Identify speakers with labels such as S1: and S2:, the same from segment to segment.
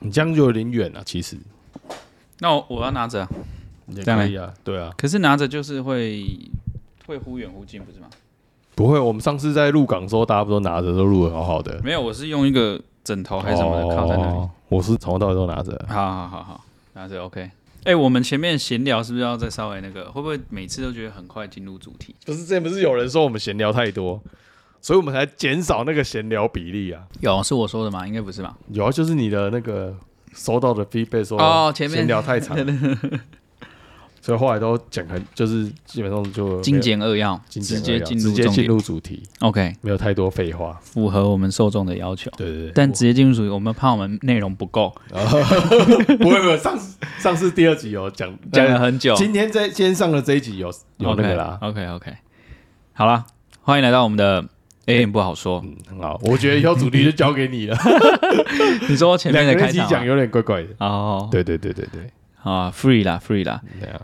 S1: 你这样就有点远了、其实
S2: 那我我要拿着啊、
S1: 也
S2: 这样
S1: 可
S2: 嘞
S1: 以啊，对啊，
S2: 可是拿着就是会会忽远忽近，不是吗？
S1: 不会，我们上次在入港的时候，大家不都拿着都录的好好的，
S2: 没有，我是用一个枕头还是什么的靠在那里。
S1: 哦我是从头到尾都拿着，
S2: 好好好好，拿着 OK。哎、我们前面闲聊是不是要再稍微那个？会不会每次都觉得很快进入主题？
S1: 不是之前不是有人说我们闲聊太多，所以我们才减少那个闲聊比例啊。
S2: 有是我说的吗？应该不是吧？
S1: 有啊，就是你的那个收到的 feedback 说
S2: 哦前面
S1: 闲聊 太长，所以后来都讲很，就是基本上就
S2: 精简扼要，
S1: 精
S2: 直
S1: 简
S2: 接
S1: 而已啊
S2: 进
S1: 直
S2: 入
S1: 接
S2: 重
S1: 进
S2: 点。
S1: 入主题，
S2: OK，
S1: 没有太多废话。
S2: 符合我们受众的要求。
S1: 对对对，
S2: 但直接进入主题，我们怕我们内容不够，
S1: 不会不会，上次上次第二集有 讲
S2: 讲了
S1: 呃
S2: 很久。
S1: 今天在今天上的这一集有
S2: 哦
S1: 有那个啦，
S2: OK OK，好啦，欢迎来到我们的 A M 不好说。
S1: 嗯很好，我觉得以后主题就交给你 了，
S2: 你说前
S1: 两
S2: 面的
S1: 个人
S2: 开
S1: 一起
S2: 场啊
S1: 讲
S2: 吗
S1: 有点怪怪的。
S2: 哦，
S1: 对对对对对，
S2: 好啊，free 啦，free 啦。
S1: 对啊。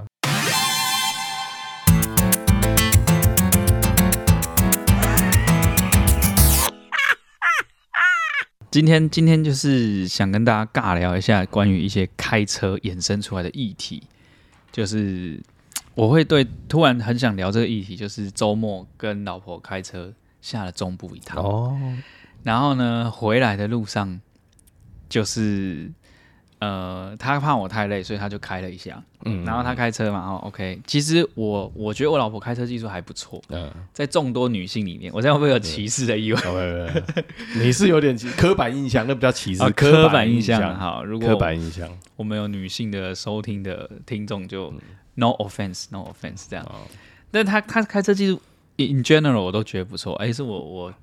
S2: 今天今天就是想跟大家尬聊一下关于一些开车衍生出来的议题，就是我会对突然很想聊这个议题，就是周末跟老婆开车下了中部一趟，
S1: 哦，
S2: 然后呢回来的路上就是呃，他怕我太累，所以他就开了一下，
S1: 嗯
S2: 然后他开车嘛，哦，OK，其实我我觉得我老婆开车技术还不错，
S1: 嗯，
S2: 在众多女性里面，我这样会不会有歧视的意味？
S1: 好没没，你是有点刻板印象，那比较歧视
S2: 啊，，刻板印象啊，
S1: 哈，
S2: 好，如果
S1: 刻板印象。
S2: 我们有女性的收听的听众，就 no offense，no offense 这样。
S1: 嗯哦
S2: 但他他开车技术 in in general 我都觉得不错，哎、是我我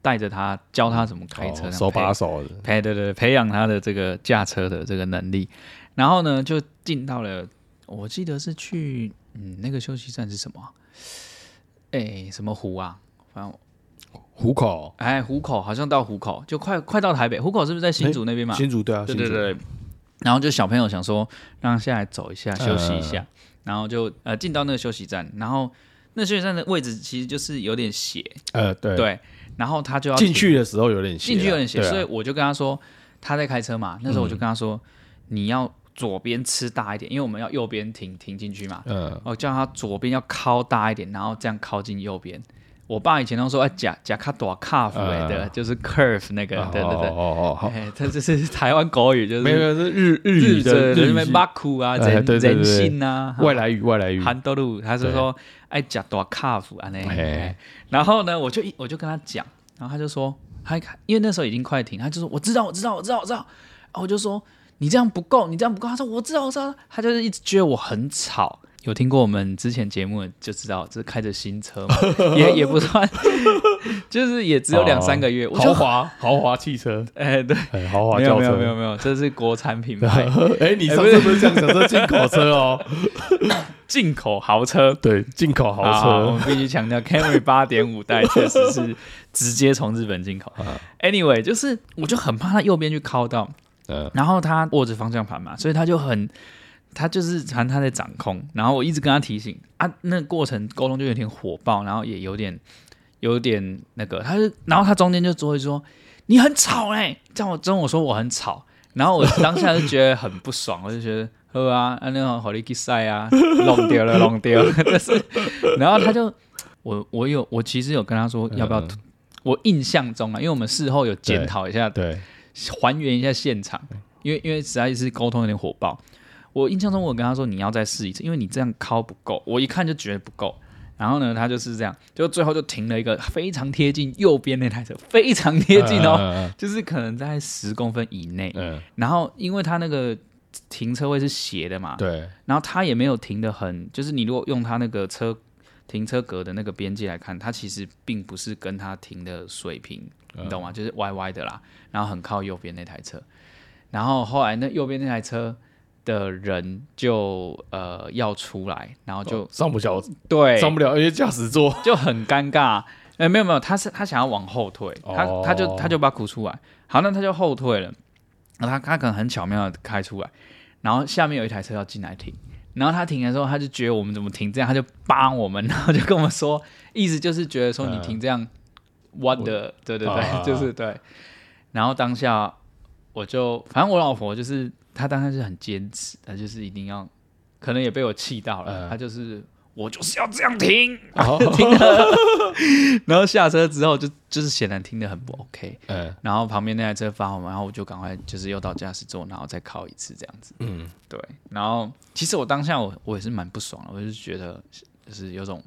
S2: 带着他教他怎么开
S1: 哦
S2: 车，然后
S1: 手
S2: 培
S1: 把手的，
S2: 培对对对培养他的这个驾车的这个能力。然后呢，就进到了，我记得是去嗯那个休息站是什么啊？哎、什么湖啊？反正
S1: 虎口
S2: 哎湖口好像到湖口，就快快到台北。湖口是不是在新竹那边嘛？
S1: 新竹对啊，新
S2: 对对
S1: 竹，
S2: 对。然后就小朋友想说，让他下来走一下，休息一下，然后就呃进到那个休息站，然后那休息站的位置其实就是有点斜，
S1: 呃对
S2: 对，，然后他就要
S1: 进去的时候有点斜啊，
S2: 进去有点斜，
S1: 对啊嗯
S2: 所以我就跟他说他在开车嘛，那时候我就跟他说、你要左边吃大一点，因为我们要右边停停进去嘛，
S1: 嗯，
S2: 我叫他左边要靠大一点，然后这样靠近右边。我爸以前都说，哎，假假卡多卡夫哎的，
S1: 嗯
S2: 就是 curve 那个，对对
S1: 哦
S2: 对，
S1: 哦哦，好，
S2: 哎，他这是台湾国语，就是
S1: 没有没有是日语的
S2: 对对
S1: 日
S2: 对
S1: 语
S2: 对，
S1: 系
S2: 巴库啊，
S1: 哎
S2: 人
S1: 对对对
S2: 人性啊，
S1: 外来语外来语，
S2: 韩多路，他是说爱假多卡夫啊那
S1: 哎，
S2: 哎然后呢，我就一我就跟他讲，然后他就说，他因为那时候已经快停，他就说我知道我知道我知道我知道，然后我就说你这样不够，你这样不够，他说我知道我知道，他就是一直觉得我很吵。有听过我们之前节目的就知道，这开着 新车嘛，也也不算，就是也只有两三个月，我
S1: 哦豪
S2: 就
S1: 华豪华汽 车，
S2: 哎对，
S1: 哎豪华
S2: 没有
S1: 轿
S2: 没有没
S1: 车
S2: 有。没有，这是国产品 牌
S1: 哎，你上次不是讲讲说进口车哦？
S2: 进口豪车，
S1: 对，进口豪
S2: 好我
S1: 车，
S2: 们必须强调 Camry 八点五代确实是直接从日本进口。Anyway，就是我就很怕他右边去靠到，
S1: 嗯，
S2: 然后他握着方向盘嘛，所以他就很，他就是反正他在掌控，然后我一直跟他提醒啊，那个过程沟通就有点火爆，然后也有点有点那个，他就然后他中间就只会说你很吵哎、欸，叫我跟我说我很吵，然后我当下就觉得很不爽， 我就觉得。喝啊，啊那种好力比赛啊，弄掉了，弄掉了，就是，然后他就，我我有我其实有跟他说要不要，我印象中啊，因为我们事后有检讨一下
S1: 对，
S2: 还原一下现场，因为因为实在是沟通有点火爆。我印象中我跟他说你要再试一次，因为你这样敲不够，我一看就觉得不够。然后呢，他就是这样，就最后就停了一个非常贴近右边那台车，非常贴近哦，
S1: 嗯，
S2: 就是可能在十公分以内。
S1: 嗯，嗯
S2: 然后因为他那个停车位是斜的嘛，
S1: 对，
S2: 然后他也没有停的很，就是你如果用他那个车停车格的那个边界来看，它其实并不是跟他停的水平，你懂吗？就是歪歪的啦，然后很靠右边那台车，然后后来那右边那台车的人就呃要出来，然后就、哎
S1: 上不了，
S2: 对
S1: 上不了，因为驾驶 座，
S2: 就很尴尬。呃，没有没有，他是他想要往后退，他
S1: 哦
S2: 他就他就把苦出来，好，那他就后退了，然后他他可能很巧妙的开出来，然后下面有一台车要进来停，然后他停的时候，他就觉得我们怎么停这样，他就扒我们， 然后就跟我们说，意思就是觉得
S1: 嗯
S2: 说你停这样，what the，对对对，
S1: 啊
S2: 就是对，然后当下我就反正我老婆就是她当时是很坚持，她就是一定要，可能也被我气到了，
S1: 嗯
S2: 她就是我就是要这样停，
S1: 哦
S2: 听的， 然后下车之后就就是显然听得很不 OK，
S1: 嗯
S2: 然后旁边那台车发我们，然后我就赶快就是又到驾驶座，然后再靠一次这样子。
S1: 嗯，
S2: 对，然后其实我当下我我也是蛮不爽的，我就是觉得就是有种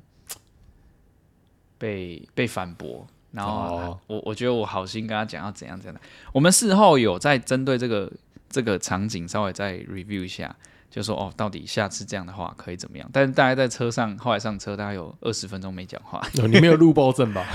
S2: 被被反驳，然后、啊
S1: 哦
S2: 我我觉得我好心跟他讲要怎样怎样。我们事后有在针对这个这个场景稍微再 review 一下，就说哦，到底下次这样的话可以怎么样？但是大家在车上后来上车大概有二十分钟没讲话，
S1: 哦你没有路暴症吧？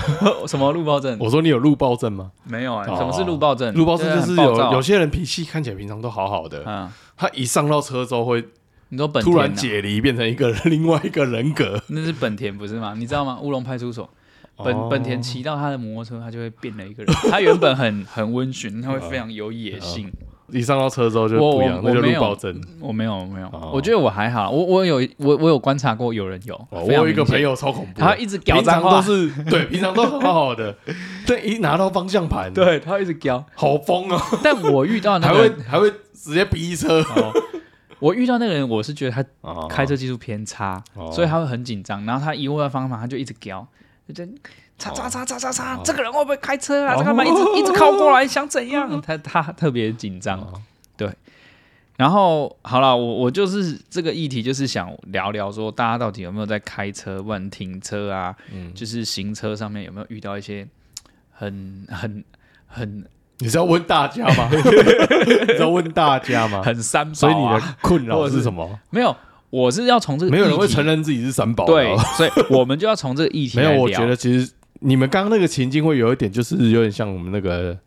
S2: 什么路暴症
S1: 我说你有路暴症吗？
S2: 没有哎、
S1: 哦
S2: 什么是路暴症？啊
S1: 路暴症就是
S2: 很暴
S1: 有
S2: 躁
S1: 有些人脾气看起来平常都好好的，
S2: 嗯，
S1: 他一上到车之后会
S2: 你说本田、
S1: 突
S2: 啊、嗯
S1: 然解离，变成一个另外一个人格。
S2: 那是本田不是吗？你知道吗？乌龙派出所，本
S1: 哦
S2: 本田骑到他的摩托车，他就会变了一个人。他原本很 很温驯，他会非常有野性。
S1: 一上到车之后就
S2: 我
S1: 不一
S2: 我
S1: 样，
S2: 我
S1: 那就
S2: 没
S1: 路
S2: 有
S1: 暴症。
S2: 我没有，我没有，
S1: 哦
S2: 我觉得我还好。我我有我我有观察过，有人有。
S1: 哦，
S2: 非
S1: 我
S2: 常
S1: 有一个
S2: 明显
S1: 朋，友超恐怖的，
S2: 他一直屌
S1: 平
S2: 脏
S1: 常
S2: 话，
S1: 都是对，平常都很好好 的，但一拿到方向盘，，
S2: 对他一直屌。
S1: 好疯哦，
S2: 但我遇到那
S1: 还会
S2: 个，
S1: 还会直接逼车，
S2: 哦我遇到那个人，我是觉得他
S1: 哦
S2: 开车技术偏差，
S1: 哦
S2: 所以他会很紧张。然后他一握到方向盘，他就一直飙，就这样叉叉叉叉叉叉，
S1: 哦
S2: 这个人会不会开车啊？
S1: 哦
S2: 他干嘛一直一直靠过来，想 怎样？他他特别紧张。
S1: 哦
S2: 然后好了，我我就是这个议题，就是想聊聊说，大家到底有没有在开车、问停车啊，
S1: 嗯，
S2: 就是行车上面有没有遇到一些很很很
S1: 你是要问大家 吗？你是要问大家吗？
S2: 很三宝、啊？
S1: 所以你的困扰
S2: 或者
S1: 是
S2: 是
S1: 什么？
S2: 没有，我是要从这个
S1: 没有人会
S2: 议题
S1: 承认自己是三宝，哦
S2: 对，所以我们就要从这个议 题
S1: 没
S2: 来
S1: 有，我
S2: 聊
S1: 觉得其实你们刚刚那个情境会有一点，就是有点像我们那个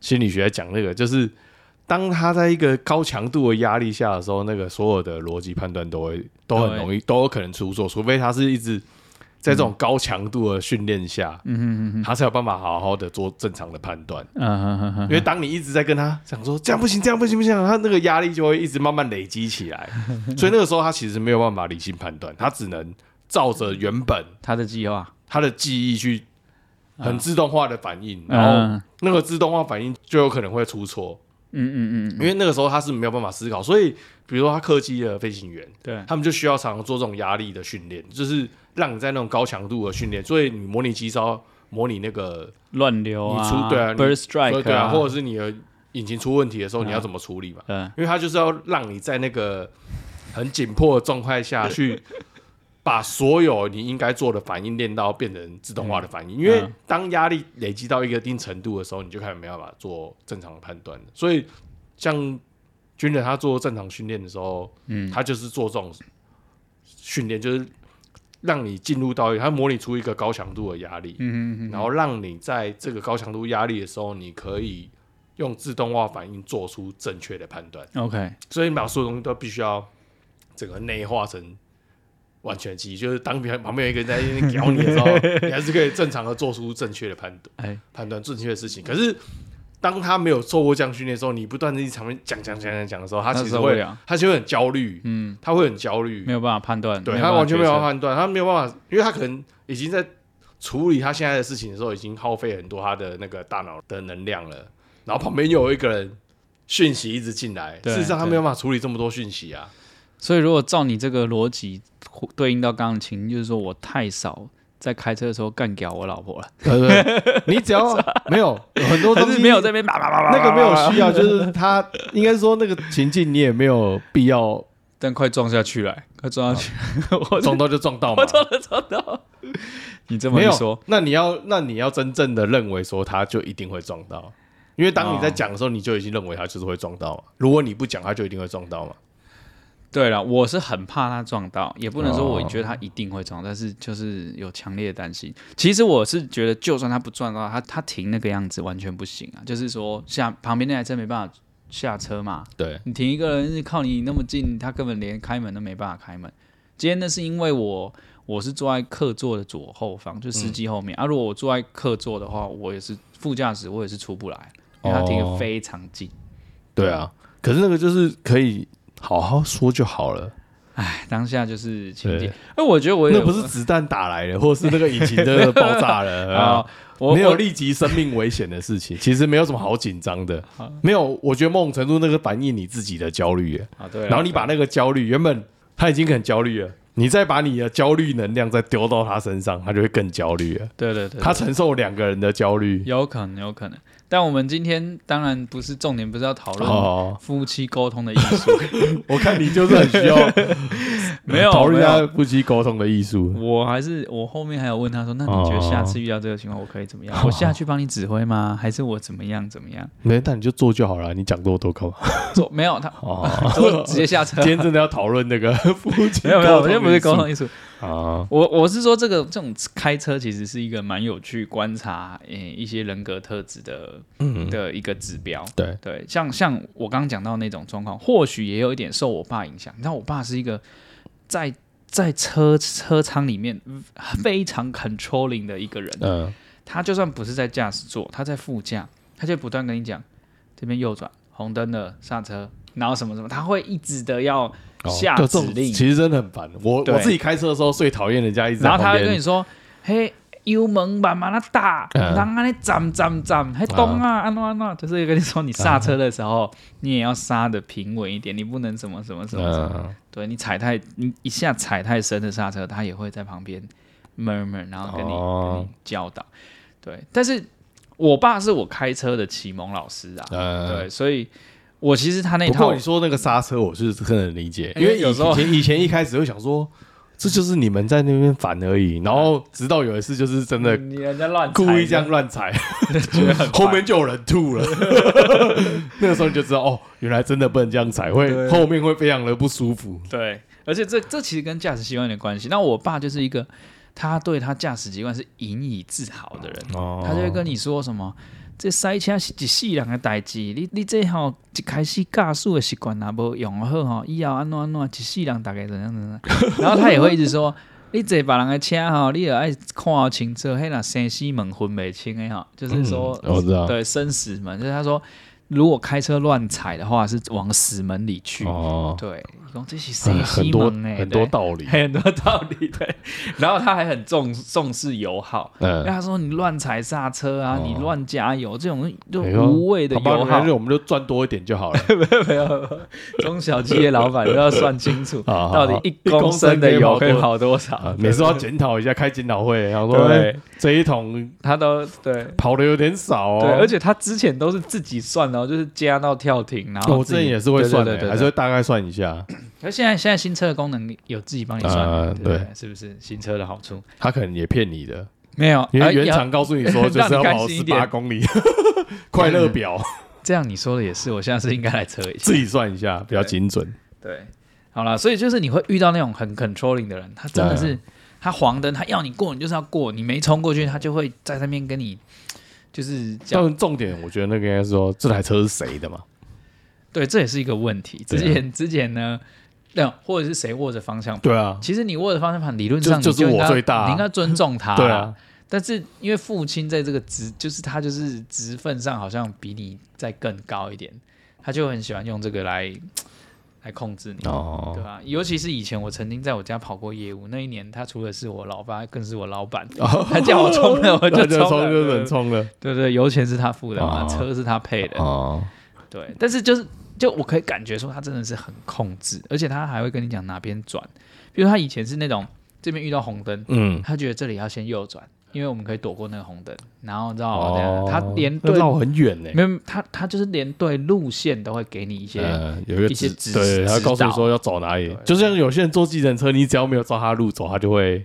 S1: 心理学在讲那个，就是当他在一个高强度的压力下的时候，那个所有的逻辑判断都会都很容易都有可能出错，除非他是一直在这种高强度的训练下，嗯嗯嗯，他才有办法好好的做正常的判断。
S2: 嗯哼哼哼，
S1: 因为当你一直在跟他讲说这样不行，这样不行，不行，他那个压力就会一直慢慢累积起来，所以那个时候他其实没有办法理性判断，他只能照着原本
S2: 他的计划，
S1: 他的记忆去很自动化的反应，然后
S2: 啊嗯
S1: 那个自动化反应就有可能会出错，
S2: 嗯嗯嗯，
S1: 因为那个时候他是没有办法思考，所以比如说他客机的飞行员，
S2: 对，
S1: 他们就需要常常做这种压力的训练，就是让你在那种高强度的训练，所以你模拟机稍模拟那个，
S2: 乱流啊，
S1: 你出对啊你
S2: b i r
S1: 所以
S2: d strike
S1: 对啊，或
S2: 或
S1: 者是你的引擎出问题的时候，
S2: 嗯
S1: 你要怎么处理嘛？
S2: 嗯
S1: 因为他就是要让你在那个很紧迫的状态下去，把所有你应该做的反应练到变成自动化的反应。因为
S2: 嗯
S1: 当压力累积到一个一定程度的时候，你就开始没办法做正常的判断了。所以，像军人他做正常训练的时候，
S2: 嗯
S1: 他就是做这种训练，就是让你进入到一个他模拟出一个高强度的压力，
S2: 嗯嗯嗯，
S1: 然后让你在这个高强度压力的时候，你可以用自动化反应做出正确的判断。
S2: OK，
S1: 所以你把所有东西都必须要整个内化成完全记忆，就是当别人旁边有一个人在那边咬你的时候，你还是可以正常的做出正确的判断，
S2: 哎，
S1: 判断正确的事情。可是当他没有受过这样训练的时候，你不断的一直场面讲讲讲讲讲的时候，他
S2: 他
S1: 其实
S2: 受不
S1: 会
S2: 了，
S1: 他就会很焦虑，
S2: 嗯，
S1: 他会很焦虑
S2: 没，有办法判断，
S1: 对
S2: 有
S1: 他
S2: 办法
S1: 完全没有
S2: 决
S1: 办
S2: 策
S1: 法，判断，他没有办法，因为他可能已经在处理他现在的事情的时候，已经耗费很多他的那个大脑的能量了。然后旁边又有一个人讯息一直进来，
S2: 对
S1: 事实上他
S2: 对
S1: 没有办法处理这么多讯息啊。
S2: 所以如果照你这个逻辑呼对应到刚刚的情境，就是说我太少在开车的时候干掉我老婆了，
S1: 对不对？你只 要没有很多
S2: 可
S1: 东
S2: 是
S1: 西
S2: 没有在那边叭叭叭叭叭叭，
S1: 那个没有需要，就是他应该说那个情境你也没有必要
S2: 但快撞下去了，快 撞下去，我
S1: 撞到就撞到嘛
S2: 我。撞了撞到， 你这么
S1: 没
S2: 一
S1: 有
S2: 说，，
S1: 那你要那你要真正的认为说他就一定会撞到，因为当你在讲的时候，你就已经认为他就是会撞到嘛。如果你不讲，他就一定会撞到嘛。
S2: 对了，我是很怕他撞到，也不能说我
S1: 哦
S2: 觉得他一定会撞，但是就是有强烈的担心。其实我是觉得，就算他不撞到，他他停那个样子完全不行啊，就是说下旁边那台车没办法下车嘛，
S1: 对，
S2: 你停一个人靠你那么近，他根本连开门都没办法开门。今天那是因为我我是坐在客座的左后方，就
S1: 嗯
S2: 司机后面、啊。如果我坐在客座的话，我也是副驾驶，我也是出不来，因为他停得
S1: 哦
S2: 非常近。啊
S1: 对啊。可是那个就是可以好好说就好了，
S2: 哎，当下就是情
S1: 对。
S2: 景哎，我觉得我有
S1: 那不是子弹打来了，或是那个引擎真的爆炸 了
S2: 啊
S1: 啊，，
S2: 我
S1: 没有
S2: 我
S1: 立即生命危险的事情，其实没有什么好紧张 的。没有，我觉得某种程度那个反映你自己的焦虑耶，
S2: 啊，对啊，
S1: 然后你把那个焦虑，原本他已经很焦虑了，你再把你的焦虑能量再丢到他身上，他就会更焦虑了。
S2: 对对对，
S1: 他
S2: 对
S1: 承受两个人的焦虑。
S2: 有可能有可能，但我们今天当然不是重点，不是要讨论
S1: 哦，
S2: 夫妻沟通的艺 术，
S1: 我看你就是很需要
S2: 没 有
S1: 讨论一
S2: 没有
S1: 下夫妻沟通的艺术。
S2: 我还是我后面还有问他说，那你
S1: 哦
S2: 觉得下次遇到这个情况，我可以怎么样？我下去帮你指 挥吗？还是我怎么样怎么样？
S1: 没，但你就做就好了，你讲多多干嘛？
S2: 走，没有他，
S1: 哦，
S2: 走直接下车
S1: 今。天真的要讨论那个 夫妻
S2: 没有没有，
S1: 沟
S2: 我
S1: 通
S2: 今天不是
S1: 艺术
S2: 沟通艺术，
S1: 啊，
S2: 我我是说这个这种开车其实是一个蛮有趣观察诶、一些人格特质的
S1: 嗯，
S2: 的一个指标。
S1: 对，
S2: 对，像像我刚刚讲到那种状况，或许也有一点受我爸影响。你知道，我爸是一个在在车车舱里面嗯非常 controlling 的一个人，
S1: 嗯，
S2: 他就算不是在驾驶座，他在副驾，他就不断跟你讲这边右转，红灯了，刹车，然后什么什么，他会一直的要
S1: 哦
S2: 下
S1: 这
S2: 指
S1: 种
S2: 令，
S1: 其实真的很烦。我
S2: 对
S1: 我自己开车的时候最讨厌人家一直在
S2: 然后他
S1: 旁
S2: 会
S1: 边
S2: 跟你说：“嘿，油门慢慢的打，
S1: 嗯
S2: 人安尼站站站，嘿动啊，安诺安诺。”就是跟你说，你刹车的时候，你也要刹的平稳一点，你不能什么什么什么什么。
S1: 嗯，
S2: 对你踩太，你一下踩太深的刹车，他也会在旁边 murmur，然后跟你、
S1: 哦
S2: 跟你教导。对，但是我爸是我开车的启蒙老师啊，
S1: 呃，
S2: 对，所以我其实他那一
S1: 不
S2: 套
S1: 过你说那个刹车，我是很能理解，
S2: 因
S1: 因
S2: 为
S1: 为以
S2: 有时候
S1: 以前以前一开始会想说，这就是你们在那边烦而已，然后直到有一次就是真的
S2: 你人家乱
S1: 故意
S2: 踩
S1: 这样乱踩，
S2: 嗯 觉得很
S1: 后
S2: 烦
S1: 面就有人吐了，那个时候你就知道哦，原来真的不能这样踩，会后面会非常的不舒服。
S2: 对，而且这这其实跟驾驶习惯有点关系。那我爸就是一个，他对他驾驶习惯是引以自豪的人，
S1: 哦
S2: 他就会跟你说什么。这塞车是一世人的代志，你你这吼、一开始驾驶的习惯若无用好吼，以后安怎安怎，一世人大概怎样怎 样。然后他也会一直说，你坐别人的车吼，你也爱看好清楚，迄若生死门分袂清的吼，就是说、
S1: 嗯我知道
S2: 对生死门，就是他说如果开车乱踩的话，是往死门里去。
S1: 哦，
S2: 对，一共这是谁
S1: 很很
S2: 西
S1: 多
S2: 蒙哎，
S1: 很多
S2: 对
S1: 道理，
S2: 很多道理对。然后他还很重重视油耗，因为
S1: 嗯，
S2: 他说你乱踩刹车啊，
S1: 哦
S2: 你乱加油这种就
S1: 哎呦
S2: 无谓的
S1: 好吧，
S2: 油
S1: 反
S2: 耗
S1: 正。我们就赚多一点就好了。
S2: 没有，中小企业老板都要算 清楚，
S1: 啊好好好
S2: 到底一
S1: 一公
S2: 公升
S1: 升可
S2: 的
S1: 以
S2: 油
S1: 跑
S2: 可以
S1: 多
S2: 跑多
S1: 啊
S2: 少？，
S1: 每次都要检讨一下，开检讨会，然后说
S2: 对
S1: 哎，这一桶
S2: 他都对。
S1: 跑的有点少哦。
S2: 对，而且他之前都是自己算的哦，就是加到跳停，然后
S1: 我之哦前也是会算的，欸还是
S2: 是
S1: 会大概算一下。
S2: 可是现在现在新车的功能有自己帮你算的，
S1: 呃
S2: 对不对，是不是新车的好处？
S1: 他可能也骗你的，
S2: 没有，
S1: 因为
S2: 呃
S1: 原
S2: 要
S1: 厂告诉你说就是要跑
S2: 让你开心
S1: 十
S2: 一点
S1: 八公 里，快乐表
S2: 这样你说的也是，我现在是应该来测一下
S1: 自。己算一下比较精准。
S2: 对，好啦，所以就是你会遇到那种很 controlling 的人，他真的是他黄灯，他要你过，你就是要过，你没冲过去，他就会在那边跟你就是讲。
S1: 但重点，我觉得那个应该是说这台车是谁的嘛？
S2: 对，这也是一个问题。之
S1: 对啊
S2: 前、之前呢，那或者是谁握着方向盘，
S1: 对啊，
S2: 其实你握着方向盘，理论上你
S1: 就就是
S2: 应该
S1: 我最大啊
S2: 你应该尊重 他。
S1: 对啊，，
S2: 但是因为父亲在这个职，就是他就是职分上好像比你再更高一点，他就很喜欢用这个来来控制你，啊对
S1: 哦，
S2: 吧、尤其是以前我曾经在我家跑过业务，那一年他除了是我老爸，更是我老板， 他叫我 冲了我就
S1: 哦那
S2: 冲
S1: 就
S2: 了，
S1: 冲就
S2: 对
S1: 冷冲了
S2: 对对，油钱是他付的嘛，
S1: 哦
S2: 车是他配的，
S1: 哦，
S2: 对，但是就是就我可以感觉说他真的是很控制，而且他还会跟你讲哪边转，比如他以前是那种这边遇到红灯，
S1: 嗯，
S2: 他觉得这里要先右转，因为我们可以躲过那个红灯。然后你知道吗？这样
S1: 哦，
S2: 他连
S1: 那
S2: 对
S1: 绕很远欸呢。
S2: 没有他他就是连对路线都会给你一些、
S1: 呃，有一个
S2: 一些指
S1: 对，他
S2: 指
S1: 告诉你
S2: 导
S1: 说要走哪里
S2: 对，
S1: 就像有些人坐计程车，你只要没有照他路走，他就会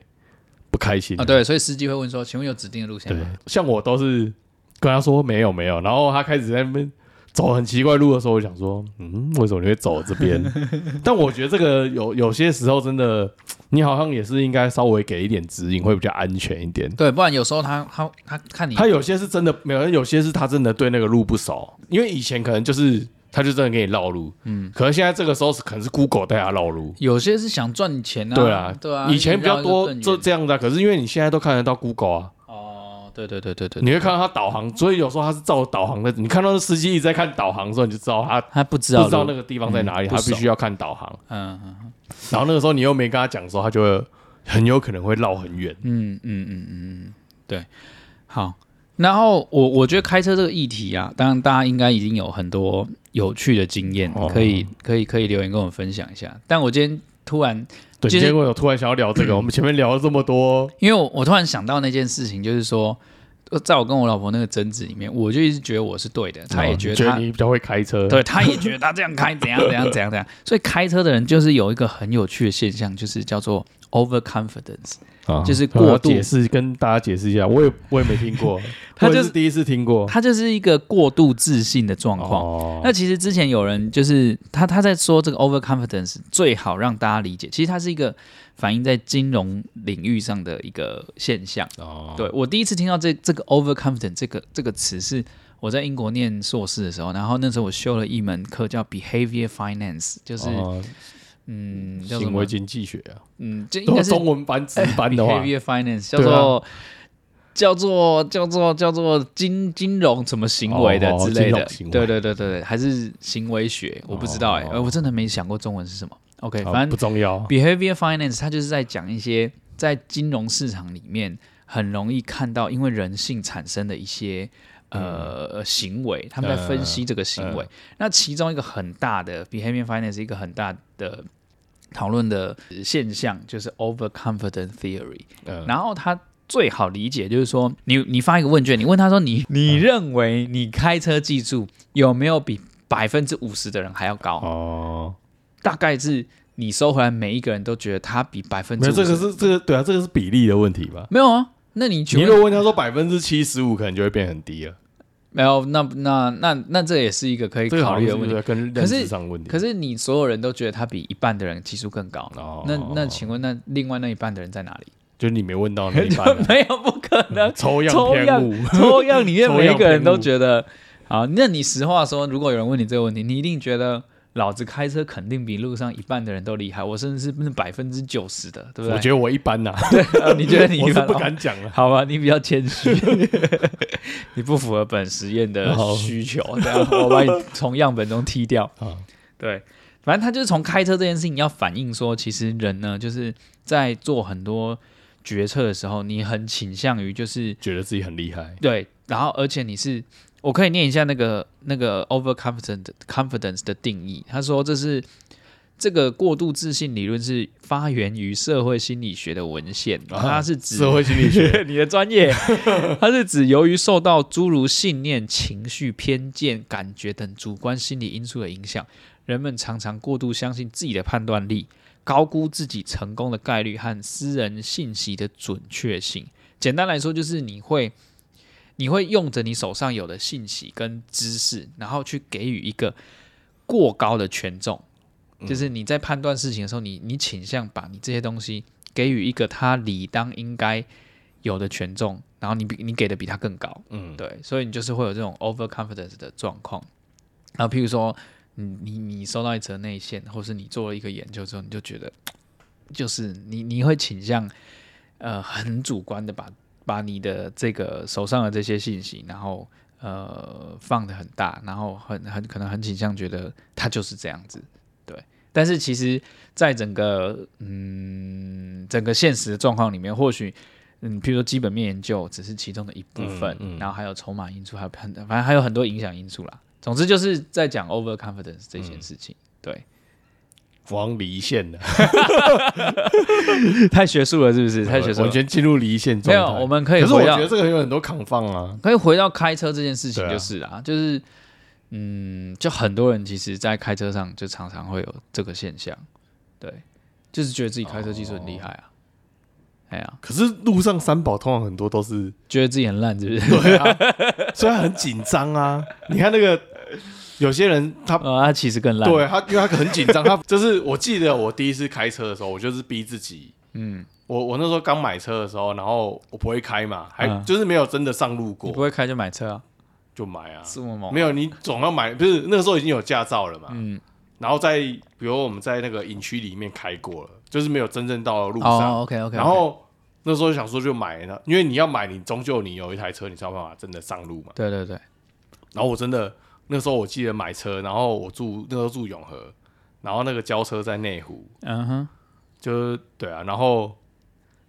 S1: 不开心
S2: 啊，。对，所以司机会问说：“请问有指定的路线
S1: 对
S2: 吗，
S1: 像我都是跟他说没有没有，然后他开始在那边走很奇怪路的时候，我想说，嗯，为什么你会走这边？ 但我觉得这个有有些时候真的，你好像也是应该稍微给一点指引，会比较安全一点？”。
S2: 对，不然有时候他他他看你
S1: 他有些是真的没有，有些是他真的对那个路不熟，因为以前可能就是他就真的给你绕路，嗯，可能现在这个时候是可能是 Google 带他绕路，
S2: 有些是想赚你钱啊，
S1: 对啊，
S2: 对啊，
S1: 以前比较多
S2: 你绕一个
S1: 这
S2: 更远
S1: 这样的啊，可是因为你现在都看得到 Google 啊，
S2: 哦，对对对对对，
S1: 你会看到他导航，所以有时候他是照导航的。你看到那司机一直在看导航的时候，你就知道他
S2: 他不知道
S1: 不
S2: 路
S1: 知道那个地方在哪里，
S2: 嗯
S1: 他
S2: 不熟
S1: 必须要看导航。
S2: 嗯嗯
S1: 然后那个时候你又没跟他讲的时候，他就会很有可能会绕很远。
S2: 嗯嗯嗯嗯嗯，对，好。然后我我觉得开车这个议题啊，当然大家应该已经有很多有趣的经验，
S1: 哦
S2: 可以可以可以留言跟我们分享一下。但我今天突然，
S1: 对，
S2: 其
S1: 今
S2: 实
S1: 天为什么突然想要聊这 个？我们前面聊了这么多，
S2: 因为我我突然想到那件事情，就是说，呃在我跟我老婆那个争执里面，我就一直觉得我是对的，她也
S1: 哦
S2: 觉
S1: 你
S2: 得
S1: 觉
S2: 她
S1: 得你比较会开车，
S2: 对，他也觉得他这样开怎样怎样怎 样怎样，所以开车的人就是有一个很有趣的现象，就是叫做 overconfidence。
S1: 啊，
S2: 就是过度
S1: 解释跟大家解释一下，我也我也没听 过，
S2: 他
S1: 我也
S2: 就是
S1: 是第一次听过
S2: 他就是一个过度自信的状况。
S1: 哦
S2: 那其实之前有人就是他他在说这个 overconfidence 最好让大家理解，其实它是一个反映在金融领域上的一个现象。
S1: 哦，
S2: 对我第一次听到这这个 overconfident 这个这个词是我在英国念硕士的时候，然后那时候我修了一门课叫 behavior finance，就是、
S1: 哦
S2: 嗯叫什
S1: 行
S2: 么
S1: 为？经济学啊，
S2: 嗯，这 应
S1: 都
S2: 该是
S1: 中文班直班的 话，
S2: behavior finance 叫
S1: 对啊
S2: 做、叫做叫做叫做金金融什么行为的
S1: 哦哦
S2: 之类
S1: 金
S2: 的，
S1: 融行为
S2: 对对对对对，还是行为学，我不知道哎、
S1: 哦
S2: 呃我真的没想过中文是什么。OK，
S1: 好
S2: 反
S1: 哦不
S2: 正
S1: 重要
S2: behavior finance 它就是在讲一些在金融市场里面很容易看到，因为人性产生的一些。呃，行为，他们在分析这个行为。那其中一个很大的 behavior finance 一个很大的讨论的现象就是 overconfident theory。
S1: 嗯
S2: 然后他最好理解就是说，你你发一个问卷，你问他说你你认为你开车技术有没有比百分之五十的人还要高？
S1: 哦，
S2: 大概是你收回来每一个人都觉得他比百分
S1: 没
S2: 之
S1: 有
S2: 五
S1: 这个
S2: 十
S1: 是这个对啊，这个是比例的问题吧？
S2: 没有啊？那你
S1: 你
S2: 觉
S1: 如
S2: 得
S1: 果问他说百分之七十五，可能就会变很低了，
S2: 没有？那那那那这也是一个可以
S1: 这个
S2: 考
S1: 好
S2: 虑
S1: 像
S2: 的
S1: 是
S2: 问
S1: 不
S2: 题。
S1: 是跟
S2: 可
S1: 认
S2: 是
S1: 知上的问题。
S2: 可是你所有人都觉得他比一半的人技术更高，
S1: 哦
S2: 那那请问那另外那一半的人在哪里？
S1: 就是你没问到那一半啊
S2: 没有，不可 能。
S1: 抽样
S2: 抽
S1: 偏
S2: 样
S1: 误，
S2: 抽样里面
S1: 抽
S2: 每一
S1: 样
S2: 个人
S1: 偏
S2: 都
S1: 误
S2: 觉得啊，那你实话说，如果有人问你这个问题，你一定觉得老子开车肯定比路上一半的人都厉害，我甚至是百分之九十的，对不对？
S1: 我觉得我一般呐，
S2: 得、啊 你觉得你
S1: 我
S2: 一
S1: 是
S2: 般
S1: 不敢讲啊了。
S2: 好吧，你比较 谦虚，你不符合本实验的
S1: 好
S2: 需求，这样我把你从样本中踢掉。
S1: 啊
S2: 对，反正他就是从开车这件事情要反映说，其实人呢，就是在做很多决策的时候，你很倾向于就是
S1: 觉得自己很厉害，
S2: 对，然后而且你是，我可以念一下那个那个 overconfident confidence 的定义。他说这是这个过度自信理论是发源于社会心理学的文献，
S1: 啊
S2: 它是指
S1: 社会心理 学
S2: 你的专业，它是指由于受到诸如信念、情绪、偏见、感觉等主观心理因素的影响，人们常常过度相信自己的判断力，高估自己成功的概率和私人信息的准确性。简单来说，就是你会你会用着你手上有的信息跟知识，然后去给予一个过高的权重。就是你在判断事情的时候，你你倾向把你这些东西给予一个它理当应该有的权重，然后你比你给的比它更高，
S1: 嗯，
S2: 对，所以你就是会有这种 overconfidence 的状况。然后，譬如说，你你你收到一则内线，或是你做了一个研究之后，你就觉得，就是你你会倾向，呃，很主观的把把你的这个手上的这些信息，然后呃放的很大，然后很很可能很倾向觉得它就是这样子，对。但是其实，在整个嗯整个现实的状况里面，或许嗯，譬如说基本面研究只是其中的一部分，
S1: 嗯嗯
S2: 然后还有筹码因素，还有很反正还有很多影响因素啦。总之就是在讲 overconfidence 这
S1: 嗯
S2: 件事情，对，
S1: 往离线了，
S2: 太学术了是不是？太学术
S1: 完
S2: 了。
S1: 全进入离线
S2: 没
S1: 状态。
S2: 有，我们可以
S1: 可是我
S2: 回
S1: 觉
S2: 到
S1: 得这个有很多扛放啊，
S2: 可以回到开车这件事情
S1: 对啊
S2: 就是啦，就是嗯，就很多人其实，在开车上就常常会有这个现象，对，就是觉得自己开车技术很厉害
S1: 哦
S2: 啊，哎呀、
S1: 可是路上三宝通常很多都是，
S2: 觉得自己很烂，是不 是？
S1: 对啊，虽然很紧张啊，你看那个有些人他。
S2: 啊，他其实更烂，
S1: 对他，因为他很紧张，他 就是我记得我第一次开车的时候，我就是逼自己，
S2: 嗯，
S1: 我我那时候刚买车的时候，然后我不会开嘛，还、
S2: 嗯
S1: 就是没有真的上路
S2: 你
S1: 过
S2: 不，会开就买车啊，
S1: 就买啊，
S2: 这么猛，
S1: 没有你总要买，不是那个时候已经有驾照了嘛，
S2: 嗯，
S1: 然后在比如我们在那个营区里面开过了，就是没有真正到路上，
S2: 哦，OK OK，
S1: 然后那时候想说就买了，因为你要买，你终究你有一台车，你才有办法真的上路嘛。
S2: 对对对，
S1: 然后我真的那时候我记得买车，然后我住那时候住永和，然后那个交车在内湖，
S2: 嗯哼，
S1: 就是对啊，然后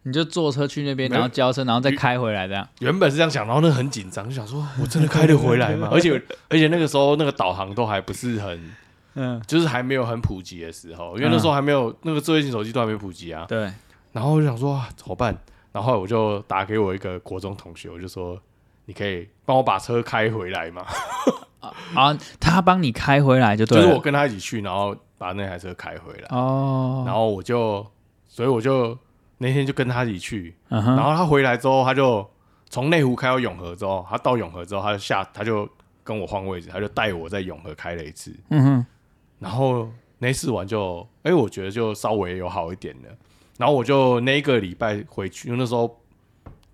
S2: 你就坐车去那边，
S1: 没
S2: 然后交车，然后再开回来这样。
S1: 原本是这样想，然后那很紧张，就想说我真的开得回来吗？而 且而且那个时候那个导航都还不是很，
S2: 嗯，
S1: 就是还没有很普及的时候，因为那时候还没有、那个智慧型手机都还没普及啊。
S2: 对，
S1: 然后我就想说啊，怎么办？然后后来我就打给我一个国中同学，我就说你可以帮我把车开回来吗？
S2: 啊，他帮你开回来就
S1: 就
S2: 对
S1: 是
S2: 了。
S1: 我跟他一起去，然后把那台车开回来。
S2: 哦，
S1: 然后我就，所以我就那天就跟他一起去，
S2: 嗯
S1: 然
S2: 哼，
S1: 后他回来之后，他就从内湖开到永和之后，他到永和之后，他就下，他就跟我换位置，他就带我在永和开了一次，
S2: 嗯哼，
S1: 然后那次玩就，哎、我觉得就稍微有好一点了，然后我就那一个礼拜回去，因为那时候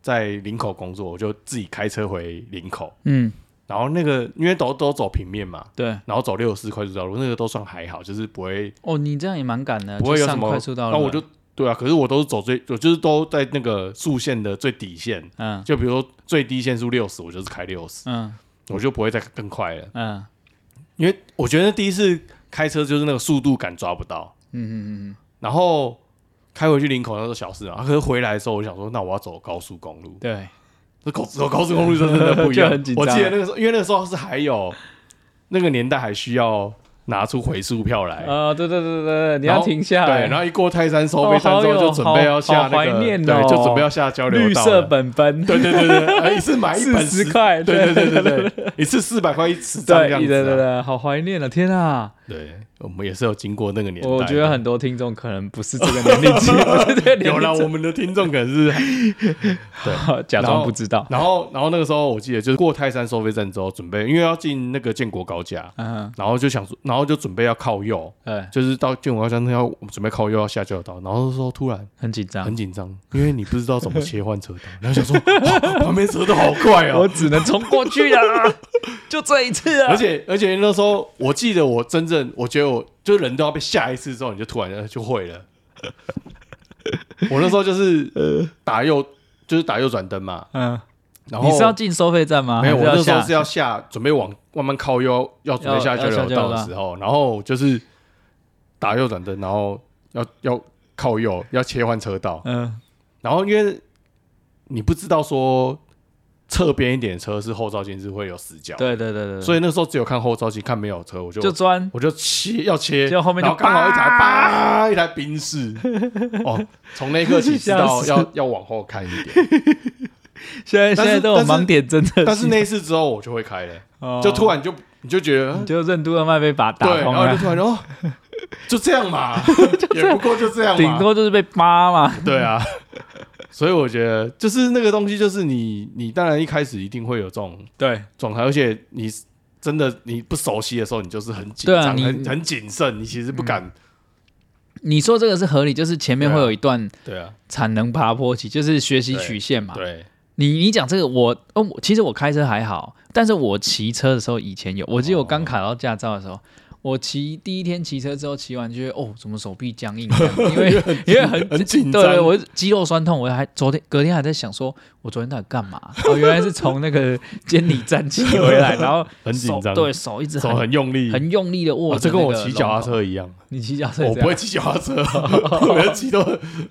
S1: 在林口工作，我就自己开车回林口，
S2: 嗯，
S1: 然后那个因为都都走平面嘛。
S2: 对。
S1: 然后走六十四快速道路，那个都算还好，就是不会
S2: 哦，你这样也蛮赶的，
S1: 不会有
S2: 就
S1: 什
S2: 上
S1: 么
S2: 快速道路
S1: 那
S2: 了。
S1: 我就对啊，可是我都是走最，我就是都在那个速线的最底线，
S2: 嗯
S1: 就比如说最低限速六十，我就是开六十，
S2: 嗯
S1: 我就不会再更快了，
S2: 嗯
S1: 因为我觉得第一次开车就是那个速度感抓不到，
S2: 嗯嗯嗯
S1: 然后开回去林口那都小事啊，可是回来的时候我就想说，那我要走高速公路
S2: 嗯，，对，
S1: 这高走高速公路就真的不一样，
S2: 就很紧张
S1: 我记得那个时候，因为那个时候是还有那个年代还需要拿出回数票来。
S2: 啊，对对对对对，你
S1: 哎然
S2: 要
S1: 后
S2: 停下
S1: 对，
S2: 来，
S1: 然后一过泰山收
S2: 哦
S1: 费站之后，
S2: 好
S1: 就
S2: 有
S1: 准备要下
S2: 好好
S1: 那
S2: 怀
S1: 个，
S2: 念
S1: 对，
S2: 哦
S1: 就准备要下交流道。
S2: 绿色，本本，
S1: 对对对对，哎一次买一本
S2: 40块
S1: 对
S2: 对
S1: 对对对对，一次四百块一十张这
S2: 对
S1: 样
S2: 对
S1: 子
S2: 对
S1: 啊。
S2: 对，好怀念了，天啊！
S1: 对，我们也是有经过那个年代的。
S2: 我觉得很多听众可能不是这个年龄级， 不是这个年
S1: 有了
S2: 龄
S1: 我们的听众可 能是，
S2: 级， 假装不知道。
S1: 然后然后那个时候我记得就是过泰山收费站之后，准备因为要进那个建国高架，
S2: 嗯，
S1: 然后就想说，然后就准备要靠右，
S2: 对，
S1: 就是到建国高架那要准备靠右要下交流道，然后说突然
S2: 很紧张
S1: 很，紧张，因为你不知道怎么切换车道， 然后想说哇旁边车都好快
S2: 我
S1: 哦，
S2: 只能冲过去 了，就这一次啊
S1: 而！且而且那时候我记得我真正我觉得我就是人都要被吓一次之后，你就突然呃就会了。我那时候就是打右就是打右转灯嘛，
S2: 嗯，
S1: 然后
S2: 你是要进收费站吗？
S1: 没有，我
S2: 还
S1: 那
S2: 要
S1: 时候
S2: 下
S1: 是要下准备往慢慢靠右要准备下交流道的时候，然后就是打右转灯，然后要要靠右要切换车道，
S2: 嗯
S1: 然后因为你不知道说侧边一点的车是后照镜是会有死角，，
S2: 对对对对，
S1: 所
S2: 以
S1: 以那时候只有看后照镜，看没有车，我就
S2: 就钻
S1: 我就切要切，
S2: 结果后面就
S1: 然后刚好一台叭
S2: 叭
S1: 一台宾士， 哦，从那一刻起知道
S2: 吓死
S1: 要要往后看一 点，
S2: 现在现
S1: 但是
S2: 在都有
S1: 但是
S2: 盲点侦测器，
S1: 但是那一次之后我就会开了，
S2: 那
S1: 就突然就你就觉得
S2: 你哦就任督二脉被嗯把打啊
S1: 对，
S2: 通
S1: 然后就
S2: 了，
S1: 突然 哦，就这样嘛，也不过就这样
S2: 顶
S1: 嘛，
S2: 多就是被扒嘛。
S1: 对啊，所以我觉得就是那个东西，就是你你当然一开始一定会有这种
S2: 对
S1: 状态，而且你真的你不熟悉的时候，你就是很紧
S2: 对啊
S1: 张、
S2: 你嗯
S1: 很很谨慎，你其实不敢。
S2: 你说这个是合理，就是前面
S1: 对啊
S2: 会有一段
S1: 对啊，
S2: 产能爬坡期，就是学习曲线嘛。
S1: 对，
S2: 你你讲这个，我哦，我其实我开车还好，但是我骑车的时候以前有，我记得我
S1: 哦
S2: 刚考到驾照的时候。我骑第一天骑车之后，骑完觉得哦，怎么手臂僵硬这样？因为 因为很
S1: 很紧
S2: 对对，
S1: 张。
S2: 我肌肉酸痛，我还昨天隔天还在想说，我昨天到底干嘛？哦，原来是从那个监理站 骑回来，然后
S1: 很紧张
S2: 手对手一直
S1: 手
S2: 很
S1: 很用力，
S2: 很用力的
S1: 哦
S2: 握
S1: 这
S2: 着、
S1: 跟我骑脚踏，车一样，
S2: 你骑脚踏车
S1: 我
S2: 也这样
S1: 不会骑脚踏车啊， 我要骑都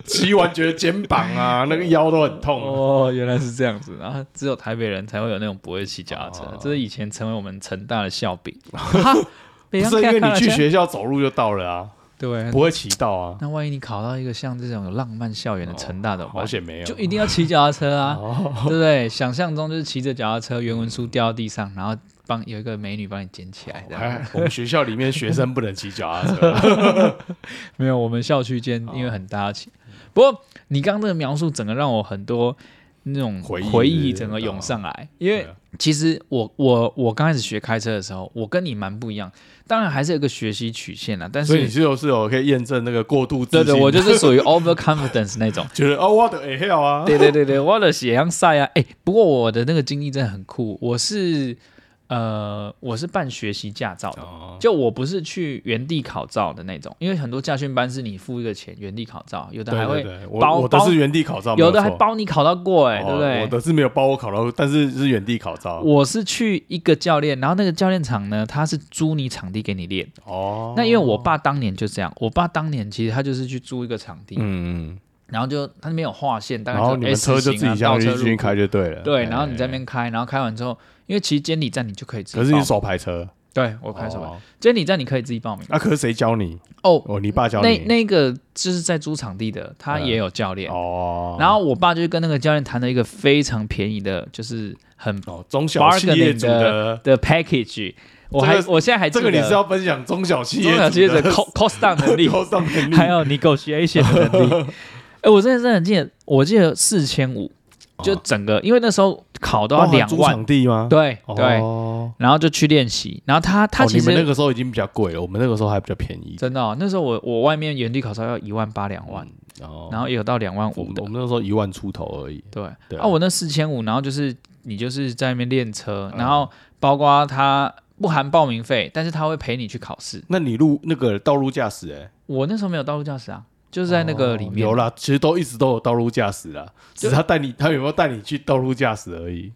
S1: 骑完觉得肩膀 啊那个腰都很痛。
S2: 哦，原来是这样子。然后只有台北人才会有那种不会骑脚踏车
S1: 哦，
S2: 这是以前成为我们成大的笑 柄。不
S1: 不是因为你去，学校走路就到了啊，
S2: 对。
S1: 不会骑到啊，
S2: 那万一你考到一个像这种有浪漫校园的成大的，
S1: 哦好险没有。
S2: 哦就一定要骑脚踏车啊，
S1: 哦
S2: 对不对？想象中就是骑着脚踏车，原文书掉到地上，然后帮有一个美女帮你捡起来这样。
S1: 还哎我们学校里面学生不能骑脚踏车，啊
S2: 没有，我们校区间因为很大要骑。哦不过你刚刚的描述，整个让我很多那种
S1: 回忆
S2: 回
S1: 是不
S2: 忆嗯啊
S1: 是
S2: 整个涌上来， 因
S1: 因
S2: 为其实我我我刚开始学开车的时候，我跟你蛮不一样，当然还是有一个学习曲线啦，但
S1: 所以你
S2: 是
S1: 是有是有可以验证那个过度自
S2: 对
S1: 信，
S2: 对，我就是属于 overconfidence 那种。
S1: 觉得哦，我的 A 票 啊，
S2: 对对对对，我的血样赛啊，哎、不过我的那个经历真的很酷，我是呃，我是办学习驾照的，
S1: 哦，
S2: 就我不是去原地考照的那种，因为很多驾训班是你付一个钱原地考照，有的还
S1: 对
S2: 会
S1: 对对，我
S2: 包
S1: 我的
S2: 包
S1: 是原地考照，
S2: 有
S1: 没
S2: 的还
S1: 错
S2: 包你考到过、欸，哎、对
S1: 哦
S2: 不对？
S1: 我的是没有包我考到，但是是原地考照。
S2: 我是去一个教练，然后那个教练场呢，他是租你场地给你练。
S1: 哦，
S2: 那因为我爸当年就这样，我爸当年其实他就是去租一个场地，
S1: 嗯，嗯，
S2: 然后就他那边有划线，大概
S1: 然后你们
S2: S
S1: 车就
S2: 型
S1: 自
S2: 啊
S1: 己下
S2: 倒车
S1: 去
S2: 入
S1: 进去
S2: 库
S1: 开就对了。
S2: 对，
S1: 哎
S2: 然后你在那边开，然后开完之后，因为其实监理站你就可以自己报
S1: 可
S2: 名，
S1: 是你手排车，
S2: 对我开什么？
S1: 哦
S2: 监理站你可以自己报名
S1: 啊？可是谁教你？
S2: 哦。
S1: 哦，你爸教
S2: 那
S1: 你。嗯
S2: 那个就是在租场地的，他也有教练，
S1: 哦，
S2: 然后我爸就跟那个教练谈了一个非常便宜的，就是很
S1: 哦，中小企业主的
S2: 的 package。我还、
S1: 这个
S2: 我现在还记
S1: 这
S2: 得
S1: 个你是要分享中小企业
S2: 中小企业 者 cost cost down 能力，
S1: 高尚能力
S2: 还有 negotiation 的能力。 哎、我真的是很记得，我记得四千五，就
S1: 哦
S2: 整个，因为那时候考都
S1: 包
S2: 要
S1: 含
S2: 两
S1: 租
S2: 万，
S1: 场地吗？
S2: 对
S1: 哦，
S2: 对，
S1: 哦，
S2: 然后就去练习，然后他他其
S1: 你
S2: 实、
S1: 们那个时候已经比较贵了，我们那个时候还比较便宜。
S2: 真的、哦，那时候我我外面原地考照要一万八两万，
S1: 哦，
S2: 然后也有到两万
S1: 我
S2: 五
S1: 们
S2: 的
S1: 我，们那时候一万出头而已。
S2: 对，
S1: 对
S2: 啊，我那四千五，然后就是你就是在那边练车，
S1: 嗯
S2: 然后包括他不含报名费，但是他会陪你去考试。
S1: 那你路那个道路驾驶，哎，
S2: 我那时候没有道路驾驶啊，就是在那个里面、
S1: 哦有啦，其实都一直都有道路驾驶啦，只是他带你，他有没有带你去道路驾驶而已。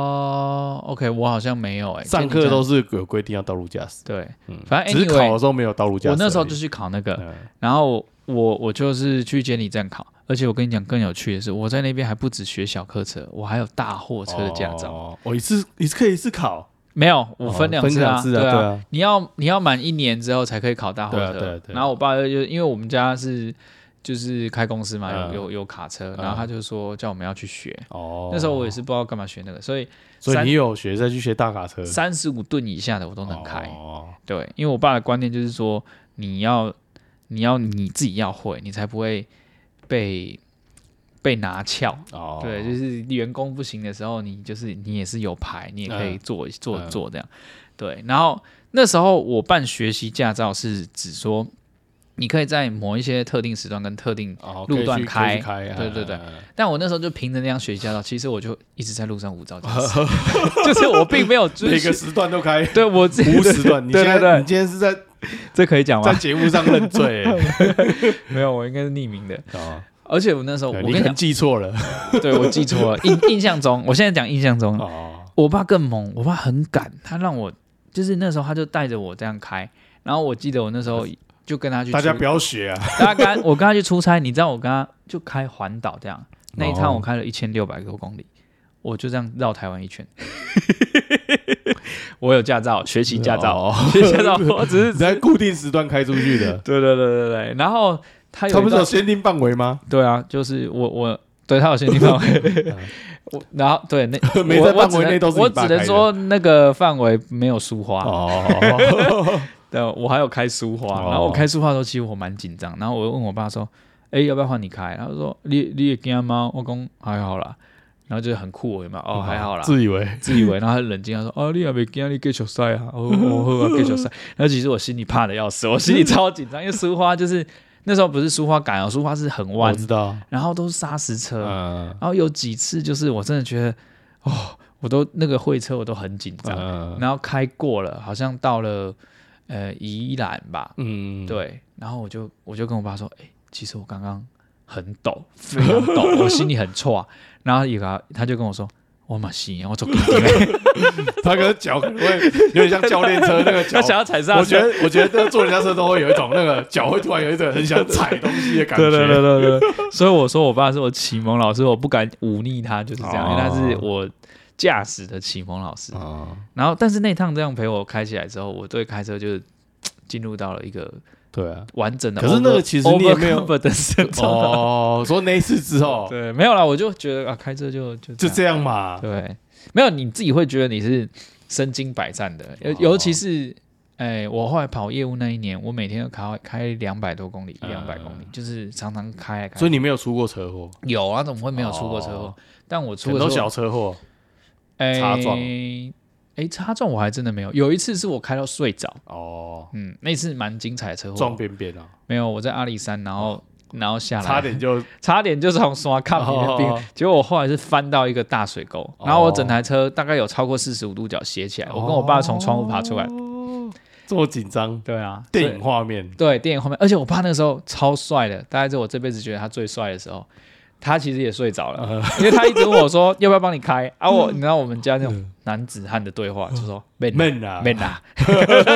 S2: 哦，OK，我好像没有哎、
S1: 上
S2: 就你
S1: 课
S2: 这样
S1: 都是有规定要道路驾驶，
S2: 对，
S1: 嗯，
S2: 反正
S1: 只是考
S2: anyway，
S1: 的时候没有道路驾驶而
S2: 我
S1: 已。
S2: 那时候就去考那个，
S1: 嗯
S2: 然后我我就是去监理站考，而且我跟你讲更有趣的是，我在那边还不止学小客车，我还有大货车的驾照。
S1: 哦，哦一次一次可以一次考，
S2: 没有，我分两次啊，
S1: 哦分两次啊
S2: 对
S1: 对啊
S2: 你要你要满一年之后才可以考大货车。
S1: 对啊对啊对啊
S2: 然后我爸就因为我们家是就是开公司嘛，有
S1: 嗯
S2: 有有卡车，
S1: 嗯
S2: 然后他就说叫我们要去学。
S1: 哦，
S2: 那时候我也，是不知道干嘛学那个，所以
S1: 所以
S2: 三
S1: 你有学再去学大卡车，
S2: 三十五吨以下的我都能开。
S1: 哦
S2: 对，因为我爸的观念就是说，你要你要你自己要会，你才不会被被拿翘。
S1: 哦，
S2: 对，就是员工不行的时候，你就是你也是有牌，你也可以
S1: 嗯
S2: 做、做
S1: 嗯
S2: 做这样。对，然后那时候我办学习驾照是指说，你可以在某一些特定时段跟特定，
S1: 哦
S2: 路段
S1: 可以
S2: 开
S1: 去可以去开，
S2: 对对对
S1: 嗯，嗯嗯
S2: 但我那时候就凭着那样学习驾照，其实我就一直在路上无照驾 驶，就是我并没有追
S1: 每个
S2: 寻。
S1: 时段都开，
S2: 对我自己
S1: 无时段。你
S2: 对
S1: 现
S2: 对
S1: 在
S2: 对
S1: 你，今天是在
S2: 这可以讲
S1: 在
S2: 吗？
S1: 节目上认罪， 哎
S2: 没有，我应该是匿名的。
S1: 哦，
S2: 而且我那时候，我
S1: 对你
S2: 跟你
S1: 可
S2: 讲
S1: 能，记错了，
S2: 对我记错了，印 印象中，我现在讲印象中，
S1: 哦，
S2: 我爸更猛，我爸很敢，他让我就是那时候他就带着我这样开，然后我记得我那时候就跟他去出，
S1: 大 家不要学 啊，
S2: 大家跟他我跟他去出差，你知道我跟他就开环岛这样，那一趟
S1: 哦
S2: 我开了一千六百多公里，我就这样绕台湾 一圈。我有驾照，学习驾照，
S1: 哦
S2: 学习驾照，我只 是，
S1: 你在固定时段开出去的
S2: 对对对对对，然后他有
S1: 他
S2: 一
S1: 不是
S2: 段
S1: 有限定范围吗？
S2: 对啊，就是我我对他有限定范围，我然后对 那
S1: 没
S2: 我
S1: 在
S2: 我
S1: 范
S2: 只
S1: 围
S2: 能
S1: 内都是
S2: 我
S1: 你爸
S2: 只能
S1: 开的
S2: 说那个范围没有书花，
S1: 哦，
S2: 对，我还有开书花，
S1: 哦
S2: 然后我开书花的时候其实我蛮紧张，然后我就问我爸说，哎、要不要换你开？他就说你你也惊吗？我讲还好啦，然后就是很酷，有没有？哦， 还好啦。
S1: 自以为
S2: 自以为，然后他冷静，他说：“哦，你也没惊，你继续赛啊，哦，哦，好啊，继 续赛。”然后其实我心里怕的要死，我心里超紧张，因为苏花就是那时候不是苏花赶哦，苏花是很
S1: 我
S2: 弯
S1: 知道，
S2: 然后都是砂石车，
S1: 嗯
S2: 然后有几次就是我真的觉得，哦，我都那个会车我都很紧张，
S1: 嗯
S2: 然后开过了，好像到了呃宜兰吧，
S1: 嗯，
S2: 对，然后我就我就跟我爸说，哎、其实我刚刚很抖，非常抖，我心里很错，啊然后有个他就跟我说。我马西，我做
S1: 他可能脚可能会有点像教练车那个脚
S2: 他。想要踩刹
S1: 我觉
S2: 车，
S1: 得，我觉得这个坐人家车都会有一种那个脚会突然有一种很想踩东西的感觉。
S2: 对对对对对，所以我说我爸是我启蒙老师，我不敢忤逆他，就是这样，因为他是
S1: 哦
S2: 我驾驶的启蒙老师。
S1: 哦，
S2: 然后，但是那趟这样陪我开起来之后，我对开车就是嘖进入到了一个
S1: 对啊。
S2: 完整的 over- overconfidence
S1: 可
S2: 的
S1: 是那个其实你也
S2: 状态。
S1: 没有
S2: 哦，
S1: 哦，说那一次之后
S2: 对，没有啦，我就觉得啊，开车就就
S1: 就
S2: 这
S1: 这样嘛
S2: 样，。对，没有你自己会觉得你是身经百战的，尤、
S1: 哦
S2: 尤其是哎，我后来跑业务那一年，我每天都开开两百多公里，一两百公里，就是常常开来开去。
S1: 呃所以你没有出过车祸，
S2: 有啊，怎么会没有出过车祸？
S1: 哦
S2: 但我出
S1: 很
S2: 的
S1: 多
S2: 时候
S1: 小车祸。
S2: 哎
S1: 擦撞
S2: 哎，擦撞我还真的没有。有一次是我开到睡着。
S1: 哦，
S2: 嗯，那次蛮精彩的车祸。
S1: 撞边边啊，
S2: 没有，我在阿里山，然后然后下来，
S1: 哦差点就
S2: 差点就从刷看里面
S1: 哦
S2: 冰，结果我后来是翻到一个大水沟，然后我整台车大概有超过四十五度角斜起来， 我跟我爸从窗户爬出来。
S1: 哦这么紧张，
S2: 对啊，
S1: 电影
S2: 所以
S1: 画面
S2: 对电影后面，而且我爸那个时候超帅的，大概是我这辈子觉得他最帅的时候。他其实也睡着
S1: 嗯
S2: 了，因为他一直问我说要不要帮你开啊 我。你知道我们家那种男子汉的对话，
S1: 嗯
S2: 就说 man 啊
S1: man 啊
S2: man 啊，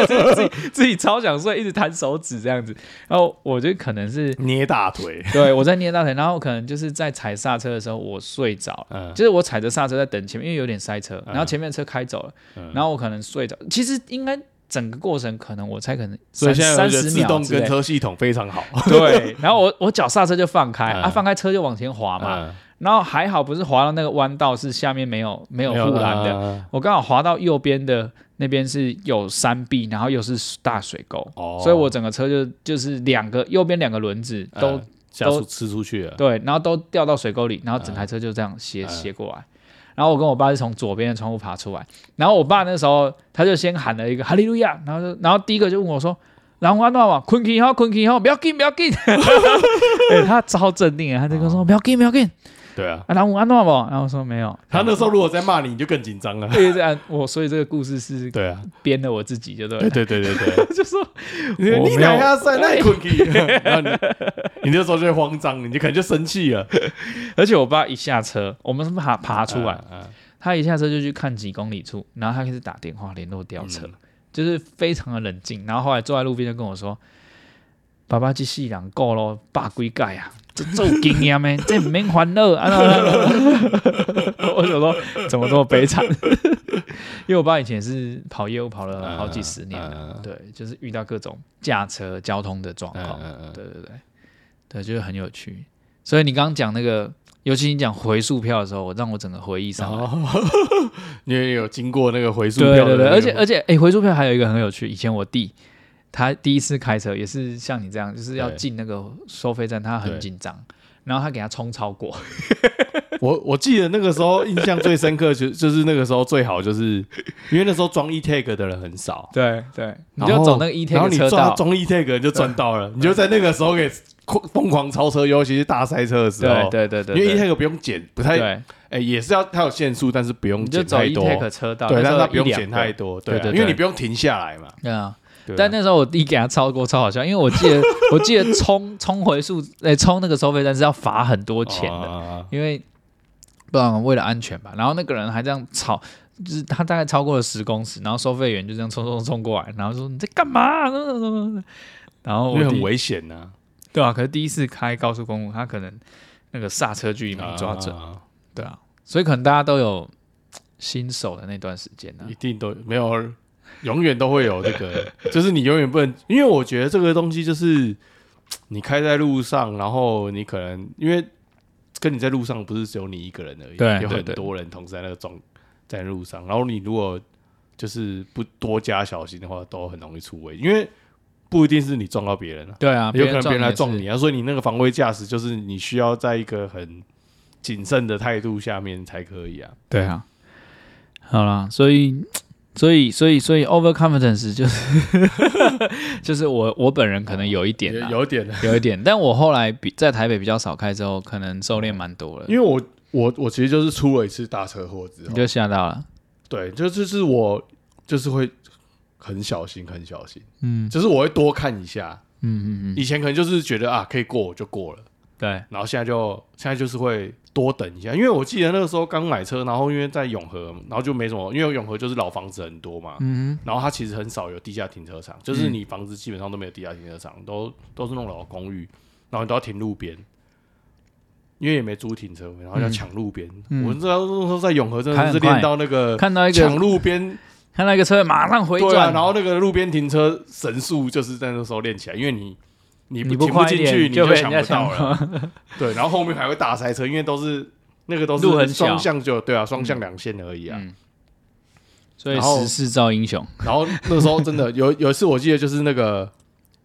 S2: 自己自己超想睡，一直弹手指这样子。然后我觉得可能是
S1: 捏大腿，
S2: 对我在捏大腿，然后可能就是在踩刹车的时候我睡着了。
S1: 嗯，
S2: 就是我踩着刹车在等前面，因为有点塞车，
S1: 嗯
S2: 然后前面的车开走了，
S1: 嗯
S2: 然后我可能睡着。其实应该整个过程可能我才可能
S1: 所以
S2: 三
S1: 现在我
S2: 三
S1: 觉得
S2: 十
S1: 自
S2: 秒
S1: 动
S2: 之类
S1: 跟。车系统非常好
S2: 对，然后我我脚刹车就放开，
S1: 嗯
S2: 啊，放开车就往前滑嘛。
S1: 嗯
S2: 然后还好不是滑到那个弯道，是下面没有没有
S1: 没有啊
S2: 护栏的，
S1: 的
S2: 我刚好滑到右边的那边是有山壁，然后又是大水沟，
S1: 哦
S2: 所以我整个车就就是两个右边两个轮子都
S1: 嗯下
S2: 都
S1: 次吃出去了，
S2: 对，然后都掉到水沟里，然后整台车就这样斜、斜过来。然后我跟我爸是从左边的窗户爬出来，然后我爸那时候他就先喊了一个哈利路亚，然后就然后第一个就问我说：“然后安诺嘛，困起后困起后，不要紧不要紧。 欸”他超镇定的，他就跟我说：“不要紧不要紧。
S1: 对啊”，
S2: 啊，然后安诺嘛，然后我说没有。
S1: 他那时候如果在骂你，你就更紧张了，
S2: 对，这样我所以这个故事是
S1: 对啊，
S2: 编的我自己就对了，
S1: 对对对对 对，
S2: 就说
S1: 你
S2: 我
S1: 你
S2: 没有
S1: 哪下赛 那困去，然后你你那时候就会慌张，你就可能就生气了，
S2: 而且我爸一下车，我们是爬爬出来，
S1: 嗯，嗯
S2: 他一下车就去看几公里处，然后他开始打电话联络吊车，
S1: 嗯
S2: 就是非常的冷静。然后后来坐在路边就跟我说：“爸爸这细人够咯，百几届啊，这这有经验咩？ 这不免烦恼。啊” 啦啦啦我想说怎么这么悲惨？ 因为我爸以前是跑业务跑了好几十年
S1: 嗯嗯
S2: 了
S1: 嗯，
S2: 对，就是遇到各种驾车交通的状况
S1: 嗯，嗯嗯
S2: 对对对，对，就是很有趣。所以你刚刚讲那个，尤其你讲回数票的时候，我让我整个回忆上来。
S1: 哦， 因为有经过那个回数
S2: 对
S1: 票的
S2: 对
S1: 那
S2: 对，
S1: 个，
S2: 而且而且，哎、回数票还有一个很有趣，以前我弟他第一次开车也是像你这样，就是要
S1: 对
S2: 进那个收费站，他很
S1: 对
S2: 紧张，然后他给他冲 超过，
S1: 我我记得那个时候印象最深刻就 就是那个时候最好就是因为那时候装 e tag 的人很少，
S2: 对对，你
S1: 然
S2: 就
S1: 后
S2: 走那个 E
S1: 然后
S2: T
S1: 你
S2: 车
S1: 抓
S2: 道，
S1: 装 e tag 你就赚到了，你就在那个时候 给狂疯狂超车，尤其是大塞车的时
S2: 对
S1: 候，
S2: 对对对，
S1: 因为 e
S2: 对
S1: tag 不用减，不太
S2: 对，
S1: 哎也是要它有限速，但是不用
S2: 你就
S1: 减
S2: 走
S1: 太
S2: E
S1: 多，
S2: T 车道，
S1: 对，
S2: 那
S1: 但
S2: 时
S1: 是
S2: 候
S1: 它不用
S2: 一两
S1: 减
S2: 个
S1: 太。多，对啊，
S2: 对对
S1: 因为你不用停下来嘛，
S2: 对啊，
S1: 对啊
S2: 但那时候我弟给他超过超好笑，因为我记得我记得冲冲回数，哎、冲那个收费站是要罚很多钱的，
S1: 哦
S2: 因为不然为了安全吧。然后那个人还这样吵，就是他大概超过了十公尺，然后收费员就这样冲冲冲过来，然后说你在干嘛？什么什么什么然后
S1: 因为
S2: 我
S1: 很
S2: 弟
S1: 危险呐，
S2: 对啊，可是第一次开高速公路，他可能那个刹车距离没抓准，
S1: 啊
S2: 对啊，所以可能大家都有嘖新手的那段时间啊呢、
S1: 一定都没有，永远都会有这个， 就是你永远不能，因为我觉得这个东西就是你开在路上，然后你可能因为跟你在路上不是只有你一个人而已，
S2: 对
S1: 有
S2: 对
S1: 很
S2: 对
S1: 多人同时在那个状在路上，然后你如果就是不多加小心的话，都很容易出危，因为不一定是你撞到别人啊，
S2: 对啊，
S1: 有可能别人来
S2: 也是
S1: 撞你啊，所以你那个防卫驾驶就是你需要在一个很谨慎的态度下面才可以啊。
S2: 对啊，好啦，所以所以所以所以 overconfidence 就是 就是我我本人可能有一点
S1: 有
S2: 啊、
S1: 有点
S2: 有一点，但我后来比在台北比较少开之后，可能收敛蛮多了，
S1: 因为我我我其实就是出了一次大车祸之
S2: 你
S1: 后，
S2: 就吓到了，
S1: 对，就就是我就是会很小心，很小心，
S2: 嗯
S1: 就是我会多看一下。
S2: 嗯嗯嗯，
S1: 以前可能就是觉得啊可以过我就过了，
S2: 对，
S1: 然后现在就现在就是会多等一下，因为我记得那个时候刚买车，然后因为在永和，然后就没什么，因为永和就是老房子很多嘛。
S2: 嗯
S1: 然后它其实很少有地下停车场，就是
S2: 嗯
S1: 你房子基本上都没有地下停车场，都都是那种老公寓，然后你都要停路边，因为也没租停车位，然后要
S2: 嗯
S1: 抢路边。
S2: 嗯
S1: 我知道那时候在永和真
S2: 开
S1: 的
S2: 很
S1: 是
S2: 快
S1: 练到那个
S2: 看到一
S1: 抢
S2: 个
S1: 路边，
S2: 看到一个车马上回
S1: 嗯对啊，
S2: 转，
S1: 然后那个路边停车神速就是在那时候练起来，因为你你
S2: 你
S1: 不停不
S2: 快一
S1: 进
S2: 点
S1: 去，你
S2: 就被人
S1: 抢
S2: 家
S1: 不到了。
S2: 了，
S1: 对，然后后面还会大塞车，因为都是那个都
S2: 路很
S1: 是
S2: 小
S1: 双向就对啊，双向两线而已啊。
S2: 嗯，所以
S1: 然后
S2: 时势造英雄，
S1: 然后那时候真的有有一次，我记得就是那个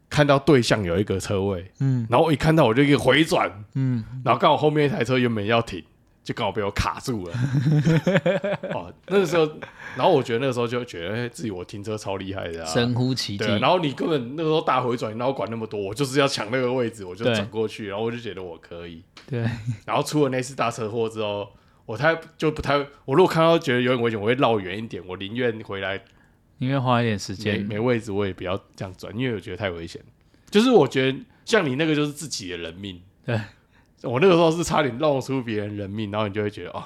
S1: 看到对象有一个车位，
S2: 嗯
S1: 然后我一看到我就一个回转，
S2: 嗯，
S1: 然后刚好后面一台车原本要停，就刚好被我卡住了。 哦，那个时候，然后我觉得那个时候就觉得哎自己我停车超厉害的、啊，
S2: 神乎其技
S1: 对，。然后你根本那个时候大回转，你哪有管那么多？我就是要抢那个位置，我就
S2: 对
S1: 转过去，然后我就觉得我可以。
S2: 对，
S1: 然后出了那次大车祸之后，我太就不太，我如果看到觉得有点危险，我会绕远一点，我宁愿回来
S2: 因为花一点时
S1: 没
S2: 间，
S1: 没位置，我也不要这样转，因为我觉得太危险。就是我觉得像你那个就是自己的人命，
S2: 对
S1: 我那个时候是差点弄出别人人命，然后你就会觉得哦，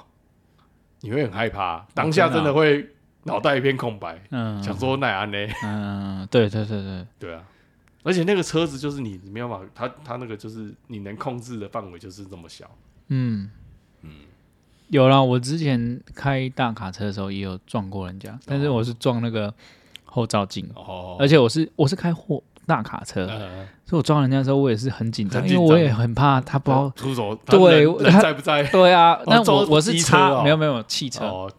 S1: 你会很害怕，当下真的会脑袋一片空白，
S2: 嗯
S1: 想说奈安呢？
S2: 嗯，对对对对，
S1: 对啊，而且那个车子就是你没有办法，它它那个就是你能控制的范围就是这么小。
S2: 嗯有啦，我之前开大卡车的时候也有撞过人家，但是我是撞那个后照镜，
S1: 哦，
S2: 而且我是我是开货大卡车，
S1: 呃，
S2: 所以我撞人家的时候我也是很紧张，
S1: 很
S2: 因为
S1: 紧张
S2: 我也很怕他不知道。
S1: 出手，
S2: 对
S1: 人人
S2: 他
S1: 在不 在？
S2: 对啊，那
S1: 撞
S2: 我我是
S1: 哦机车
S2: 插
S1: 哦
S2: 没有没有汽车，
S1: 哦，